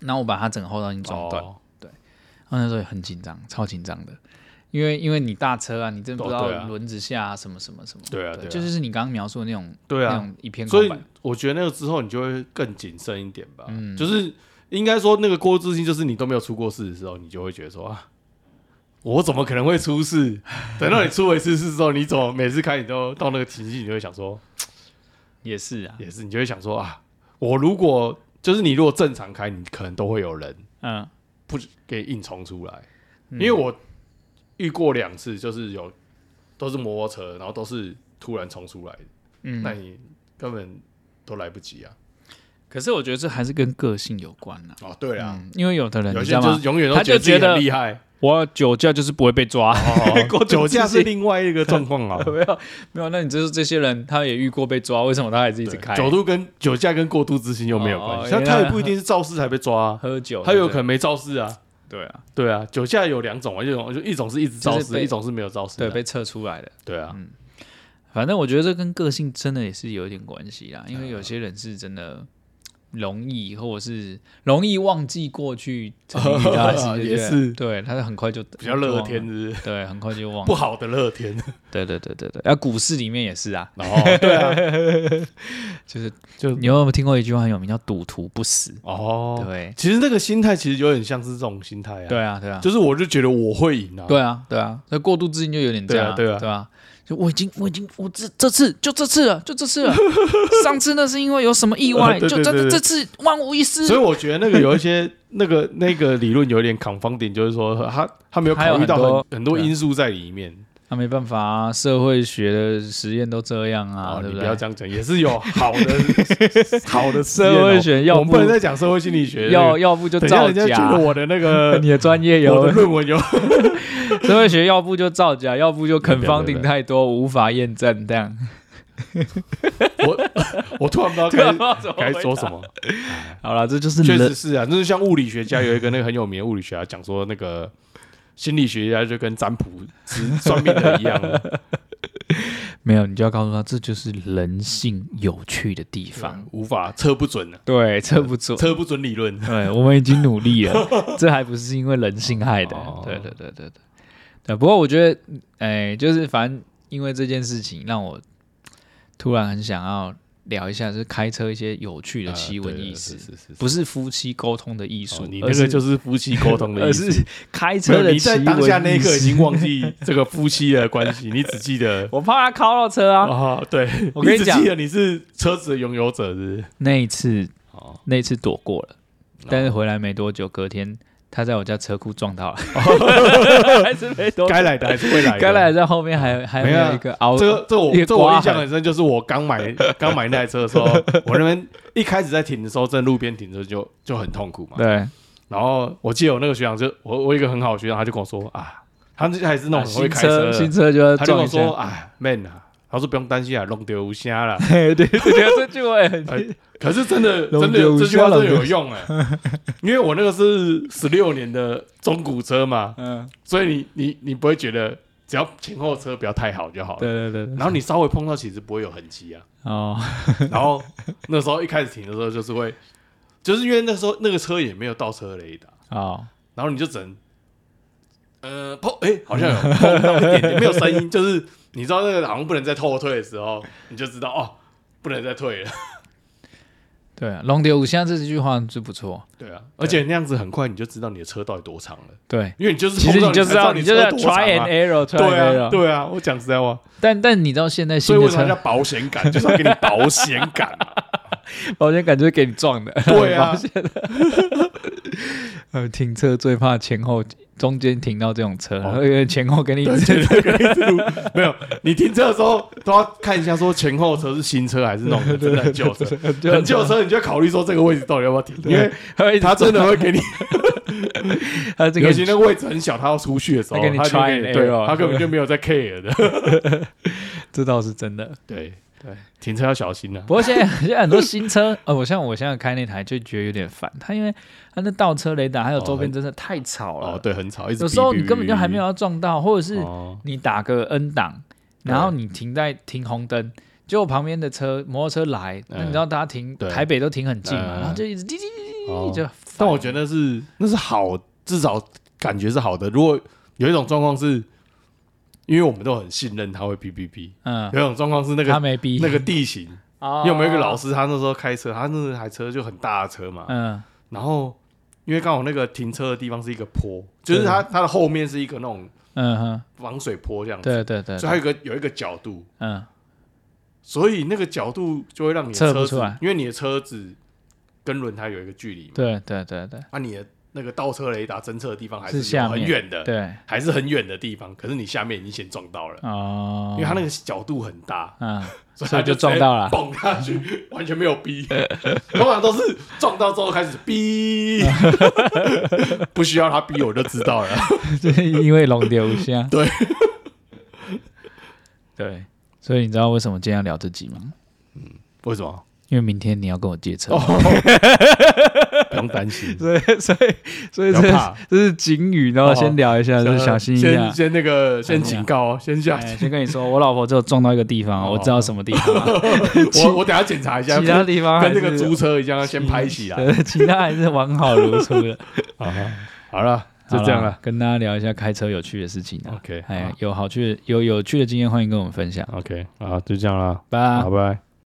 S2: 然后我把他整个后照镜撞断，
S1: 哦
S2: 然后那时候也很紧张，超紧张的，因为因为你大车啊，你真的不知
S1: 哦对啊
S2: 道轮子下、啊、什么什么什么，
S1: 对啊，对
S2: 对，
S1: 啊，
S2: 就就是你刚刚描述的那种
S1: 对
S2: 那
S1: 啊。
S2: 种一片
S1: 所
S2: 空
S1: 以
S2: 白，
S1: 我觉得那个之后你就会更谨慎一点吧。
S2: 嗯
S1: 就是应该说那个过自信，就是你都没有出过事的时候，你就会觉得说啊。我怎么可能会出事？ 等到你出一次事之后，你怎么每次开你都到那个情境，你就会想说，
S2: 也是啊，
S1: 也是，你就会想说啊，我如果就是你如果正常开，你可能都会有人
S2: 嗯，
S1: 不给硬冲出来，
S2: 嗯
S1: 因为我遇过两次，就是有都是摩托车，然后都是突然冲出来的，
S2: 嗯
S1: 那你根本都来不及啊。
S2: 可是我觉得这还是跟个性有关啊。
S1: 哦，对啊，
S2: 嗯，因为有的人
S1: 有
S2: 你
S1: 些
S2: 知道
S1: 人就
S2: 吗
S1: 是？永远都
S2: 他就
S1: 得自己
S2: 觉得
S1: 很厉 害，
S2: 我酒驾就是不会被抓，
S1: 哦酒驾
S2: 自
S1: 是
S2: 己。
S1: 另外一个状况啊
S2: 没有没有。那你就是这些人，他也遇过被抓，为什么他还是 一直
S1: 对
S2: 开？
S1: 酒度跟酒驾跟过度自信又没有关系，
S2: 哦
S1: 但他也不一定是肇事才被抓啊，
S2: 喝酒，
S1: 他有可
S2: 能
S1: 能没肇事啊。
S2: 对啊，
S1: 对啊，酒驾有两种啊，一种就一种是一直肇
S2: 就是
S1: 事，
S2: 被
S1: 一种是没有肇事
S2: 对，
S1: 的。
S2: 被嗯测出来的。
S1: 对啊，
S2: 反正我觉得这跟个性真的也是有一点关系啦，
S1: 啊
S2: 因为有些人是真的容易，或者是容易忘记过去曾经遇 到的事情，
S1: 也是
S2: 对，他很快就比
S1: 比较乐天，是不是
S2: 对，很快就忘
S1: 不
S2: 了，
S1: 好的乐天。
S2: 对对对对对。啊，股市里面也是啊，
S1: 然后对啊，
S2: 就是
S1: 就
S2: 你有没有听过一句话很有名叫“赌徒不死
S1: 哦，”？
S2: 对
S1: 其实那个心态其实有点像是这种心态啊，
S2: 对啊对啊
S1: 就是我就觉得我会赢啊，
S2: 对啊对啊，那过度自信就有点这样，
S1: 对啊对啊
S2: 对吧？就我已经我已经我这这次就这次了，就这次了， 上次那是因为有什么意外，
S1: 呃对
S2: 就
S1: 对
S2: 真的
S1: 对对
S2: 这次万无一 失
S1: 所。以我觉得那个有一些 那个那个理论有一点 confounding，就是说他他没有考虑到
S2: 还有很多
S1: 很很多因素在里面
S2: 那、没办法啊，社会学的实验都这样啊，
S1: 哦
S2: 对
S1: 你不
S2: 对
S1: 要？这样讲，也是有好的 好的实验哦
S2: 社会学要
S1: 我们不能再讲社会心理学，
S2: 要要不就
S1: 等一下
S2: 造
S1: 人家觉得
S2: 假，
S1: 我的那个
S2: 你的专业
S1: 我
S2: 有
S1: 的论文有
S2: 社会学，要不就造假，要不就肯
S1: 不要
S2: 方
S1: 不要
S2: 顶太多无法验证，这样。
S1: 我我突然不 知道该该说什
S2: 啊
S1: 么。
S2: 好了，这就是
S1: 确
S2: 人
S1: 实是啊，就是像物理学家有一个那个很有名的物理学家讲说，那个心理学家就跟占卜师、算命的一样，
S2: 没有，你就要告诉他，这就是人性有趣的地方。
S1: 无法测不准啊，
S2: 对，测不准。
S1: 测不准理论。
S2: 对，我们已经努力了，这还不是因为人性害的
S1: 哦。
S2: 对对对对对。对，不过我觉得，哎、就是反正因为这件事情，让我突然很想要聊一下，就是开车一些 有趣的奇闻异事，
S1: 呃对对对是是是
S2: 不是夫妻沟通的艺术、
S1: 哦你
S2: 而
S1: 那
S2: 是
S1: 个就是夫妻沟通的
S2: 而
S1: 意思。
S2: 是开
S1: 没
S2: 车
S1: 有，
S2: 的
S1: 你
S2: 奇
S1: 在
S2: 闻
S1: 当下那一
S2: 异
S1: 刻已
S2: 事
S1: 经忘记这个夫妻的关系，你只记得
S2: 我怕他靠到车啊。
S1: 哦，对，
S2: 我跟你
S1: 你只
S2: 讲
S1: 记得你是车子的拥有者是
S2: 那一次
S1: 不是哦，
S2: 那一次躲过了，但是回来没多久，隔天他在我家车库撞 到了，还是没多久
S1: 哦该来的还是会来的，
S2: 该来在后面还还
S1: 没有啊
S2: 有一个凹，
S1: 这个这我
S2: 一个
S1: 这我
S2: 刮
S1: 印象
S2: 痕
S1: 很深，就是我刚 买刚买那台车的时候，我那边一开始在停的时候，在路边停车就就很痛苦嘛。
S2: 对，
S1: 然后我记得我那个学长就我我有一个很好的学长，他就跟我说啊，他那还是那
S2: 啊
S1: 种很会
S2: 新
S1: 开车
S2: 车
S1: 的，
S2: 新车就要
S1: 他就跟
S2: 呃撞
S1: 我
S2: 一下
S1: 说，啊，man 啊，他说不用担心啊，弄丢无虾 啦。
S2: 嘿对对对，这句我也很
S1: 哎可是真的
S2: 弄
S1: 真的
S2: 丢
S1: 有
S2: 无
S1: 这句话
S2: 虾
S1: 真的
S2: 弄丢
S1: 有用哎、 因为我那个是十六年的中古车嘛，
S2: 嗯，
S1: 所以你你你不会觉得只要前后车不要太好就好了。
S2: 对对对，对
S1: 然后你稍微碰到，其实不会有痕 迹啊。
S2: 哦，
S1: 然后那时候一开始停的时候，就是会，就是因为那时候那个车也没有倒车雷达，
S2: 哦，
S1: 然后你就只能，呃，碰，哎、好像有碰到一点点，没有声音，就是你知道那个好像不能再后退的时候，你就知道哦，不能再退了。
S2: 对啊，long tail 现在这句话是不错，
S1: 对啊，而且那样子很快你就知道你的车到底多长了，
S2: 对。
S1: 因为你就是
S2: 其实
S1: 碰到
S2: 你就
S1: 才
S2: 知道，
S1: 你
S2: 你就是
S1: 车多长
S2: try
S1: 啊
S2: and。error，try
S1: 对
S2: and
S1: 啊，
S2: error。
S1: 对啊，我讲实在话，
S2: 但但你知道现在
S1: 所
S2: 新
S1: 以
S2: 的
S1: 为什么叫
S2: 车
S1: 保险杆，就是要给你保险杆。
S2: 保险杆就是给你撞的，
S1: 对啊
S2: 保险的。呃，停车最怕前后中间停到这种车，
S1: 哦
S2: 因为前后给你
S1: 没有，你停车的时候都要看一下，说前后车是新车还是那种真的很旧车。很旧的车，你就要考虑说这个位置到底要不要停，因为
S2: 为
S1: 他真的会给你，
S2: 他 这个
S1: 尤其那个位置很小，他要出去的时候，
S2: 他给你
S1: 他就
S2: try
S1: 给你
S2: and
S1: 对啊
S2: error
S1: 他根 本就没有在 care 的。
S2: 这倒是真的。
S1: 对
S2: 对，
S1: 停车要小心啊。
S2: 不过现在 现在很多新车，呃，我像我现在开那台就觉得有点烦，它因为它那倒车雷达还有
S1: 哦
S2: 周边
S1: 很
S2: 真的太吵了，
S1: 哦，对，很吵，一直
S2: 有时候
S1: 哔哔
S2: 你根本就还没有
S1: 哔
S2: 要撞到，或
S1: 哔
S2: 者是
S1: 哦
S2: 你打个 N 档，
S1: 对
S2: 然后你停在停红灯，结果旁边的车摩托车来，那你知道大家停
S1: 嗯对
S2: 台北都停很近嘛，
S1: 嗯
S2: 然后就一直滴滴滴滴
S1: 哦
S2: 就烦。
S1: 但我觉得那是那是好，至少感觉是好的。如果有一种状况是，因为我们都很信任他会哔哔哔，
S2: 嗯，
S1: 有一种状况是那
S2: 他啊
S1: 个
S2: 没 逼
S1: 那个地形，因为我们有一个老师，他那时候开车，他那台车就很大的车嘛，
S2: 嗯
S1: 然后因为刚好那个停车的地方是一个坡，就是它它的后面是一个那种
S2: 嗯哼，
S1: 防水坡这样子，
S2: 对对对，
S1: 所以它有一个有一个角度，
S2: 嗯
S1: 所以那个角度就会让你的
S2: 测不
S1: 车
S2: 出来
S1: 子，因为你的车子跟轮胎有一个距离嘛，
S2: 对对对对
S1: 啊，你的那个倒车雷达侦测的地方还是
S2: 是下
S1: 有
S2: 面
S1: 很远的，
S2: 对
S1: 还是很远的地方，可是你下面已经先撞到了，
S2: 哦，
S1: 因为它那个角度很大，
S2: 嗯
S1: 所
S2: 所以
S1: 他
S2: 就
S1: 直接
S2: 撞到了
S1: 蹦下 去，完全没有逼，通常都是撞到之后开始 逼，不需要他逼我就知道了。
S2: 就是因为龙流香。
S1: 对
S2: 对，所以你知道为什么今天要聊这集吗？
S1: 为什么？
S2: 因为明天你要跟我借车。
S1: 哦，不用担心，
S2: 所以所以所以
S1: 不
S2: 这
S1: 要
S2: 是
S1: 怕
S2: 这是警语，然后
S1: 哦
S2: 先聊一下，就是小心一下
S1: 先。先那个，先
S2: 一下
S1: 警告哦，先下。
S2: 哎先跟你说，我老婆只有撞到一个地方，
S1: 哦
S2: 我知道什么地方啊，
S1: 我我等下检查一下，
S2: 其他
S1: 跟
S2: 地方还
S1: 跟
S2: 是
S1: 那个租车一样，先拍起来。
S2: 对，其他还是完好如初的。
S1: 好好好了， 就这样
S2: 好
S1: 了。，
S2: 跟大家聊一下开车有趣的事情啊。
S1: OK，
S2: 哎
S1: 好，
S2: 有好趣的有有趣的经验，欢迎跟我们分享。
S1: OK，好，就这样了，
S2: 拜。
S1: 好，拜拜。